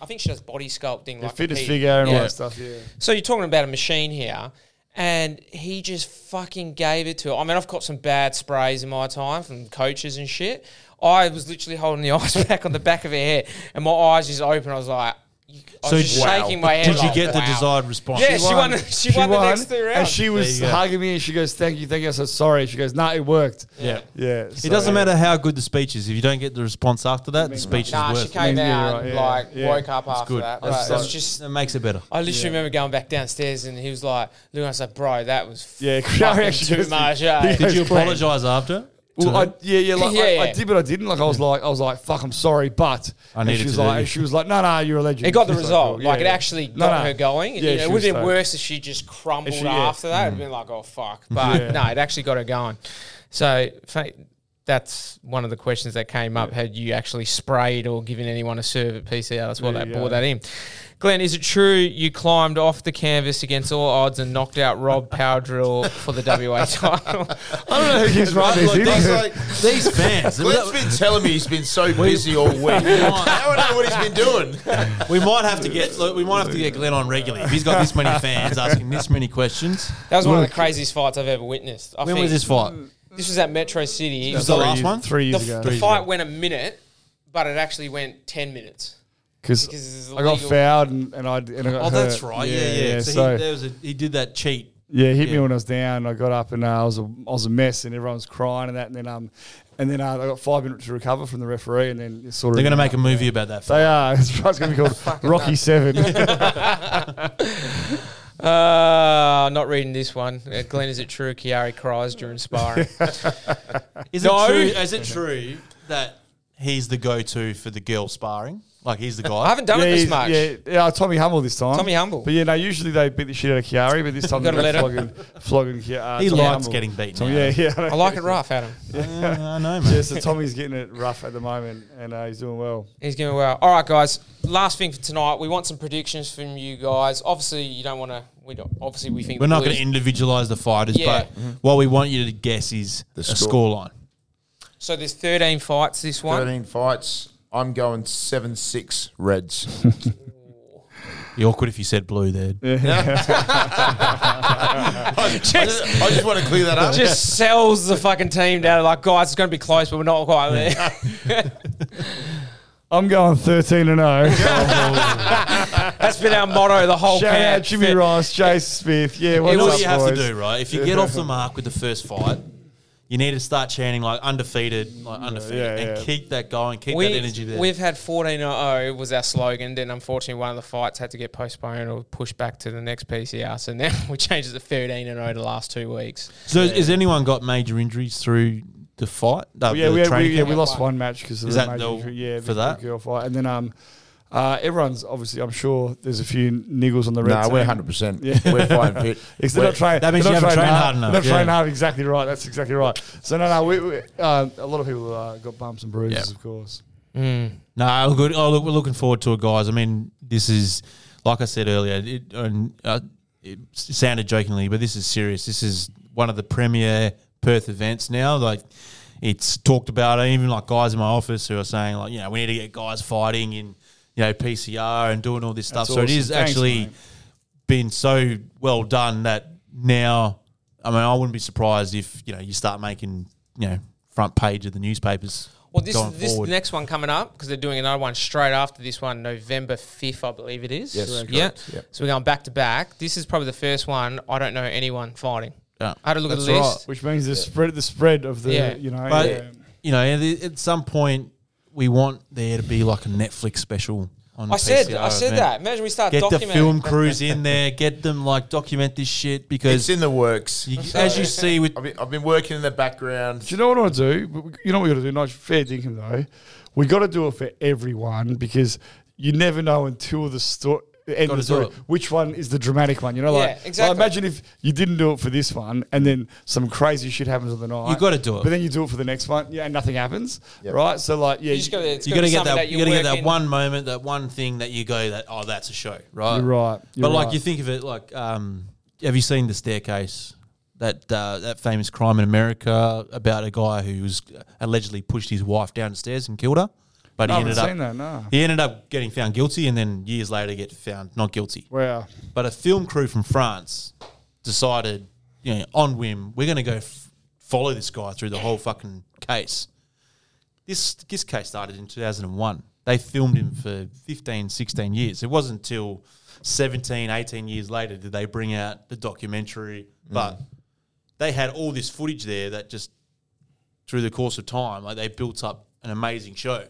Speaker 2: I think she does body sculpting, like
Speaker 9: Fitness
Speaker 2: Pete.
Speaker 9: figure and all
Speaker 2: Yeah.
Speaker 9: that stuff. Yeah.
Speaker 2: So you're talking about a machine here, and he just fucking gave it to her. I mean, I've caught some bad sprays in my time from coaches and shit. I was literally holding the ice pack on the back of her head, and my eyes just open. I was like, I
Speaker 4: So
Speaker 2: was just
Speaker 4: wow.
Speaker 2: shaking my head.
Speaker 4: Did you
Speaker 2: like,
Speaker 4: get the
Speaker 2: wow.
Speaker 4: desired response?
Speaker 2: Yeah, she won. She, won, the next two rounds.
Speaker 9: And she was
Speaker 4: There you go.
Speaker 9: hugging me and she goes, Thank you, thank you. I said, Sorry. She goes, Nah, it worked.
Speaker 4: Yeah.
Speaker 9: Yeah. so-
Speaker 4: It doesn't matter how good the speech is. If you don't get the response after that, the speech
Speaker 2: nah,
Speaker 4: is
Speaker 2: she
Speaker 4: worth.
Speaker 2: came
Speaker 9: Yeah,
Speaker 2: out
Speaker 9: you're right,
Speaker 2: and
Speaker 9: yeah,
Speaker 2: like
Speaker 9: yeah.
Speaker 2: woke up after
Speaker 4: good.
Speaker 2: that. But
Speaker 4: That's,
Speaker 2: it was
Speaker 4: that's-
Speaker 2: just.
Speaker 4: that makes it better.
Speaker 2: I literally remember going back downstairs and he was like, "Look," I was like, "Bro, that was
Speaker 9: Yeah,
Speaker 2: fucking
Speaker 9: actually
Speaker 2: too
Speaker 9: goes-
Speaker 2: much." eh?"
Speaker 9: Did
Speaker 4: Did you
Speaker 9: It's plain.
Speaker 4: apologise after?
Speaker 9: Well,
Speaker 4: To
Speaker 9: I,
Speaker 4: her?
Speaker 9: yeah, yeah, like, I,
Speaker 2: Yeah,
Speaker 9: I
Speaker 2: yeah.
Speaker 9: did, but I didn't. Like I was like, I was like, fuck, I'm sorry, but
Speaker 4: I
Speaker 9: and
Speaker 4: needed
Speaker 9: she was
Speaker 4: to do
Speaker 9: like,
Speaker 4: this.
Speaker 9: she was like, no, no, you're a legend.
Speaker 2: It got the
Speaker 9: She's
Speaker 2: result.
Speaker 9: cool. Yeah,
Speaker 2: like it
Speaker 9: yeah.
Speaker 2: actually
Speaker 9: No,
Speaker 2: got
Speaker 9: no.
Speaker 2: her going.
Speaker 9: Yeah,
Speaker 2: You know,
Speaker 9: she
Speaker 2: it would
Speaker 9: was
Speaker 2: have been
Speaker 9: stoked.
Speaker 2: worse if she just crumbled
Speaker 9: If she- yeah. Mm.
Speaker 2: after that. It'd been like, oh fuck. But
Speaker 9: Yeah.
Speaker 2: no, it actually got her going. So fa- that's one of the questions that came up. Had you actually sprayed or given anyone a serve at PCR? That's why
Speaker 9: There
Speaker 2: they
Speaker 9: you
Speaker 2: brought
Speaker 9: go.
Speaker 2: that in. Glenn, is it true you climbed off the canvas against all odds and knocked out Rob Power Drill for the WA title?
Speaker 9: I don't know who gives right
Speaker 5: Like, that's
Speaker 9: these.
Speaker 5: like,
Speaker 4: These fans.
Speaker 5: Glenn's been telling me he's been so busy all week. Now I know what he's been doing.
Speaker 4: we might have to get. Look, we might have to get Glenn on regularly. If he's got this many fans asking this many questions.
Speaker 2: That was one of the craziest fights I've ever witnessed. I
Speaker 4: When
Speaker 2: think
Speaker 4: was this fight?
Speaker 2: This was at Metro City.
Speaker 4: was the
Speaker 9: Three
Speaker 4: last
Speaker 9: years-
Speaker 4: one?
Speaker 9: three years
Speaker 2: the,
Speaker 9: ago.
Speaker 2: the
Speaker 4: Three years
Speaker 2: fight
Speaker 4: ago.
Speaker 2: went a minute, but it actually went ten minutes. because
Speaker 9: Because
Speaker 2: it's
Speaker 9: I got
Speaker 2: illegal.
Speaker 9: fouled and, and I and I got
Speaker 4: Oh, that's
Speaker 9: hurt.
Speaker 4: right. Yeah, yeah. So, he,
Speaker 9: So,
Speaker 4: there was a, he did that cheat.
Speaker 9: yeah, he hit
Speaker 4: yeah.
Speaker 9: me when I was down. I got up and uh, I was a, I was a mess, and everyone was crying and that. And then um, and then uh, I got five minutes to recover from the referee, and then it's sort of
Speaker 4: They're going to make a movie about that.
Speaker 9: They are. It's going to be called Rocky Seven.
Speaker 2: Uh, not reading this one. Uh, Glenn, is it true Kiari cries during sparring?
Speaker 4: Is
Speaker 2: No.
Speaker 4: it true? Is it true that he's the go-to for the girl sparring? Like he's the guy.
Speaker 2: I haven't done it this
Speaker 9: he's-
Speaker 2: much.
Speaker 9: Yeah, yeah, Tommy Humble this time.
Speaker 2: Tommy Humble.
Speaker 9: But yeah, no, usually they beat the shit out of Chiari, but this time
Speaker 2: Gotta
Speaker 9: they're
Speaker 2: let
Speaker 9: flogging, flogging Ki- uh,
Speaker 4: he
Speaker 9: Tommy
Speaker 4: likes
Speaker 9: Humble.
Speaker 4: getting beaten.
Speaker 9: Tom-
Speaker 4: out.
Speaker 9: yeah, yeah.
Speaker 2: I like it rough, Adam.
Speaker 4: Yeah, I know, man.
Speaker 9: Yeah, so Tommy's getting it rough at the moment, and uh, he's doing well.
Speaker 2: He's going well. All right, guys. Last thing for tonight, we want some predictions from you guys. Obviously, you don't want to. We don't. Obviously, we think
Speaker 4: We're not
Speaker 2: the
Speaker 4: going to
Speaker 2: Blues-
Speaker 4: individualize the fighters,
Speaker 2: Yeah.
Speaker 4: but what we want you to guess is the a
Speaker 5: score.
Speaker 4: score line.
Speaker 2: So there's 13 fights. This one.
Speaker 5: 13 fights. I'm going 7 6 Reds.
Speaker 4: It'd be awkward if you said blue there.
Speaker 5: I, just, I just want to clear that up.
Speaker 2: Just sells the fucking team down. Like, guys, it's going to be close, but we're not quite there.
Speaker 9: I'm going 13 and
Speaker 3: oh.
Speaker 9: 0.
Speaker 2: That's been our motto the whole
Speaker 9: Shout out
Speaker 2: camp.
Speaker 9: Jimmy Rice, Chase Smith. Yeah,
Speaker 4: You
Speaker 9: what's
Speaker 4: know
Speaker 9: up,
Speaker 4: what you have
Speaker 9: boys?
Speaker 4: to do, right? If you get off the mark with the first fight, you need to start chanting like undefeated, like undefeated,
Speaker 9: yeah,
Speaker 4: and
Speaker 9: yeah.
Speaker 4: keep that going, keep that energy there.
Speaker 2: We've had 14 0 was our slogan. Then, unfortunately, one of the fights had to get postponed or pushed back to the next PCR. So now we changed it to 13 0 the last two weeks.
Speaker 4: so, has anyone got major injuries through the fight? No,
Speaker 9: Oh, Yeah,
Speaker 4: the
Speaker 9: we, had,
Speaker 4: training
Speaker 9: we, yeah,
Speaker 4: camp?
Speaker 9: we lost one match because of
Speaker 4: Is
Speaker 9: the
Speaker 4: that
Speaker 9: major
Speaker 4: the-
Speaker 9: injury. Yeah,
Speaker 4: for
Speaker 9: the
Speaker 4: that?
Speaker 9: girl fight, and then um, uh, everyone's obviously. I'm sure there's a few niggles on the red.
Speaker 5: Nah, we're
Speaker 9: team.
Speaker 5: 100%.
Speaker 9: Yeah.
Speaker 5: We're fine fit.
Speaker 9: It's they're not trying.
Speaker 4: that means
Speaker 9: they're
Speaker 4: you
Speaker 9: not
Speaker 4: haven't
Speaker 9: trying
Speaker 4: trained hard enough,
Speaker 9: They're not
Speaker 4: yeah.
Speaker 9: training hard. Exactly right. That's exactly right. So no, no. We, we, uh, a lot of people uh, got bumps and bruises,
Speaker 4: Yeah.
Speaker 9: of course.
Speaker 4: No, all good. Oh, look, we're looking forward to it, guys. I mean, this is like I said earlier. It, and, uh, it s- sounded jokingly, but this is serious. This is one of the premier Perth events now. Like it's talked about. and Even like guys in my office who are saying, like, you know, we need to get guys fighting in, you know, PCR and doing all this stuff.
Speaker 9: That's
Speaker 4: so
Speaker 9: awesome.
Speaker 4: it is
Speaker 9: Thanks,
Speaker 4: actually
Speaker 9: mate.
Speaker 4: been so well done that now, I mean, I wouldn't be surprised if you know you start making you know front page of the newspapers.
Speaker 2: Well, this
Speaker 4: going
Speaker 2: this
Speaker 4: forward.
Speaker 2: next one coming up because they're doing another one straight after this one, November fifth, I believe it is.
Speaker 5: Yes, Correct.
Speaker 2: yeah.
Speaker 5: correct. Yep.
Speaker 2: So we're going back to back. This is probably the first one I don't know anyone fighting.
Speaker 4: Yeah.
Speaker 2: I had a look at
Speaker 4: That's
Speaker 2: the
Speaker 4: right.
Speaker 2: list.
Speaker 9: Which means the spread the spread of the
Speaker 2: Yeah.
Speaker 9: you know.
Speaker 4: But
Speaker 9: yeah.
Speaker 4: you know, at, at some point, we want there to be like a Netflix special. On
Speaker 2: I said,
Speaker 4: PCO
Speaker 2: I said
Speaker 4: event.
Speaker 2: that. Imagine we start
Speaker 4: Get the
Speaker 2: documenting
Speaker 4: film crews in there. Get them like document this shit
Speaker 5: It's
Speaker 4: because
Speaker 5: in the works.
Speaker 4: you, as you see with
Speaker 5: I've been, I've been working in the background.
Speaker 9: Do you know what I want to do? But we- You know what we got to do? Not fair dinkum though. We got to do it for everyone because you never know until the story. End of
Speaker 4: Gotta
Speaker 9: the story,
Speaker 4: do it.
Speaker 9: which one is the dramatic one? You know,
Speaker 2: Yeah,
Speaker 9: like,
Speaker 2: exactly.
Speaker 9: like, imagine if you didn't do it for this one, and then some crazy shit happens on the night.
Speaker 4: You gotta do it.
Speaker 9: but then you do it for the next one, yeah, and nothing happens,
Speaker 5: Yep.
Speaker 9: right? So, like, yeah,
Speaker 2: You just gotta, it's
Speaker 4: you got
Speaker 2: gotta
Speaker 4: to
Speaker 2: be
Speaker 4: get
Speaker 2: something
Speaker 4: that,
Speaker 2: that
Speaker 4: you got to get
Speaker 2: work
Speaker 4: that
Speaker 2: in.
Speaker 4: one moment, that one thing that you go that oh that's a show, right?
Speaker 9: You're right,
Speaker 4: but
Speaker 9: you're
Speaker 4: like
Speaker 9: right.
Speaker 4: you think of it like um, have you seen the staircase? That uh, that famous crime in America about a guy who was allegedly pushed his wife down the stairs and killed her, but
Speaker 9: No, I
Speaker 4: he ended
Speaker 9: haven't
Speaker 4: up
Speaker 9: seen that, no.
Speaker 4: he ended up getting found guilty and then years later get found not guilty.
Speaker 9: wow,
Speaker 4: But a film crew from France decided, you know, on whim, we're going to go f- follow this guy through the whole fucking case. This this case started in 2001. They filmed him for 15, 16 years. It wasn't until 17, 18 years later did they bring out the documentary.
Speaker 9: Mm.
Speaker 4: But they had all this footage there that just through the course of time, like they built up an amazing show.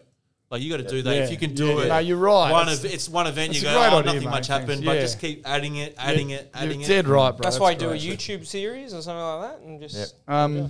Speaker 4: Like you got to do that if
Speaker 9: Yeah.
Speaker 4: you can do
Speaker 9: Yeah.
Speaker 4: it.
Speaker 9: No, you're right.
Speaker 4: One
Speaker 9: It's-
Speaker 4: of it's one event you
Speaker 9: it's a
Speaker 4: go,
Speaker 9: great
Speaker 4: oh,
Speaker 9: idea,
Speaker 4: nothing
Speaker 9: mate.
Speaker 4: much happened,
Speaker 9: Thanks.
Speaker 4: but
Speaker 9: Yeah.
Speaker 4: just keep adding it, adding it, adding
Speaker 9: you're
Speaker 4: it.
Speaker 9: dead right, bro.
Speaker 2: That's, why you do a
Speaker 9: correct.
Speaker 2: YouTube series or something like that, and just
Speaker 9: Um,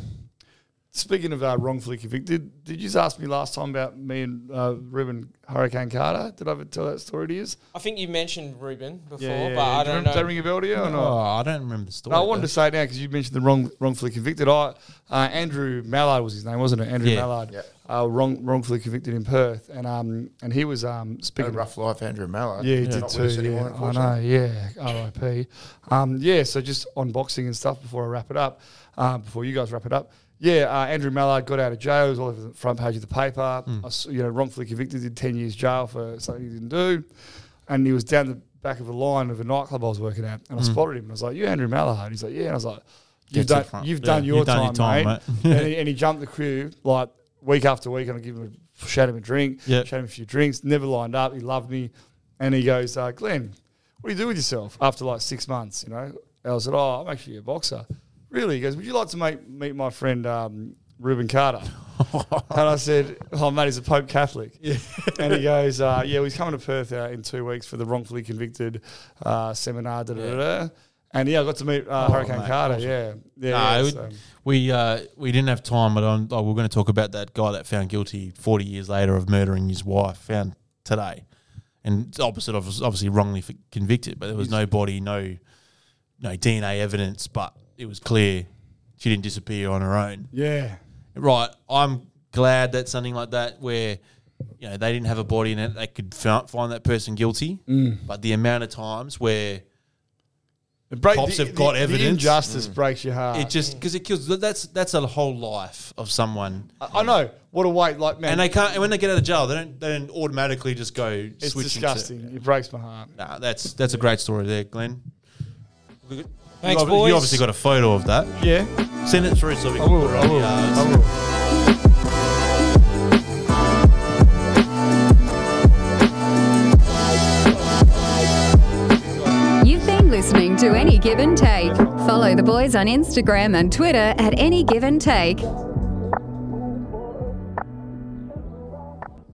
Speaker 9: speaking of uh, wrongfully convicted, did, did you just ask me last time about me and uh, Ruben Hurricane Carter? Did I ever tell that story to you?
Speaker 2: I think you mentioned Ruben before, but
Speaker 9: yeah, yeah.
Speaker 2: I
Speaker 9: Do you
Speaker 2: don't
Speaker 9: remember- Does that
Speaker 2: know.
Speaker 9: ring a bell to you or
Speaker 4: Oh,
Speaker 9: not?
Speaker 4: I don't remember the story.
Speaker 9: No, I wanted to say it now because you mentioned the wrong, wrongfully convicted. I, uh, Andrew Mallard was his name, wasn't it? Andrew
Speaker 4: Yeah.
Speaker 9: Mallard,
Speaker 5: Yeah.
Speaker 9: uh, wrong, wrongfully convicted in Perth, and um, and he was um
Speaker 5: Had a
Speaker 9: speaking. of-
Speaker 5: rough life, Andrew Mallow.
Speaker 9: yeah, he
Speaker 5: Not
Speaker 9: did
Speaker 5: with
Speaker 9: too.
Speaker 5: us anymore,
Speaker 9: Yeah, I
Speaker 5: unfortunately.
Speaker 9: know. Yeah, R.I.P. Um, yeah, so just on boxing and stuff before I wrap it up, um, before you guys wrap it up. Yeah, uh, Andrew Mallard got out of jail. It was all over the front page of the paper. I s you know, wrongfully convicted, did ten years jail for something he didn't do, and he was down the back of a line of a nightclub I was working at, and I spotted him. And I was like, "You, Andrew Mallard?" He's like, "Yeah." And I was like, "You've
Speaker 4: Get to the
Speaker 9: done,
Speaker 4: front.
Speaker 9: you've
Speaker 4: Yeah,
Speaker 9: done your
Speaker 4: you've done your
Speaker 9: time,
Speaker 4: time,
Speaker 9: mate." and, he, and he jumped the queue like week after week, and I give him a shad him a drink,
Speaker 4: Yep.
Speaker 9: shad him a few drinks. Never lined up. He loved me, and he goes, uh, "Glenn, what do you do with yourself after like six months?" You know, I was like, "Oh, I'm actually a boxer." Really? He goes, "Would you like to make, meet my friend um, Ruben Carter?" and I said, "Oh, mate, he's a Pope Catholic." and he goes, uh, "Yeah, well, he's coming to Perth uh, in two weeks for the wrongfully convicted uh, seminar." Da, da, da, da. And yeah, I got to meet uh, Hurricane
Speaker 4: Oh, mate,
Speaker 9: Carter. Yeah, yeah.
Speaker 4: No,
Speaker 9: yeah,
Speaker 4: we-
Speaker 9: so-
Speaker 4: we uh, we didn't have time, but on, oh, we are going to talk about that guy that found guilty 40 years later of murdering his wife, found today, and it's opposite of obviously wrongly f- convicted, but there was no body, no no DNA evidence, but it was clear she didn't disappear on her own.
Speaker 9: yeah.
Speaker 4: right, I'm glad that something like that where you know they didn't have a body in it, they could fi- find that person guilty.
Speaker 9: Mm.
Speaker 4: But the amount of times where
Speaker 9: It break-
Speaker 4: Cops have got
Speaker 9: The
Speaker 4: evidence. Mm.
Speaker 9: injustice breaks your heart.
Speaker 4: it just because it kills that's that's a whole life of someone,
Speaker 9: I, I know. What a weight, like man.
Speaker 4: and they can't. And when they get out of jail, they don't they don't automatically just go
Speaker 9: it's
Speaker 4: switch
Speaker 9: disgusting.
Speaker 4: Into,
Speaker 9: It breaks my heart.
Speaker 4: nah, that's that's a great story there, Glenn.
Speaker 2: Thanks,
Speaker 4: you, ob-
Speaker 2: boys.
Speaker 4: you obviously got a photo of that.
Speaker 9: Yeah,
Speaker 4: Send it through so we
Speaker 9: I
Speaker 4: can
Speaker 9: will.
Speaker 4: put it
Speaker 9: I
Speaker 4: on
Speaker 9: will.
Speaker 4: the, uh,
Speaker 9: I will.
Speaker 1: You've been listening to Any Give and Take. Follow the boys on Instagram and Twitter at Any Give and Take.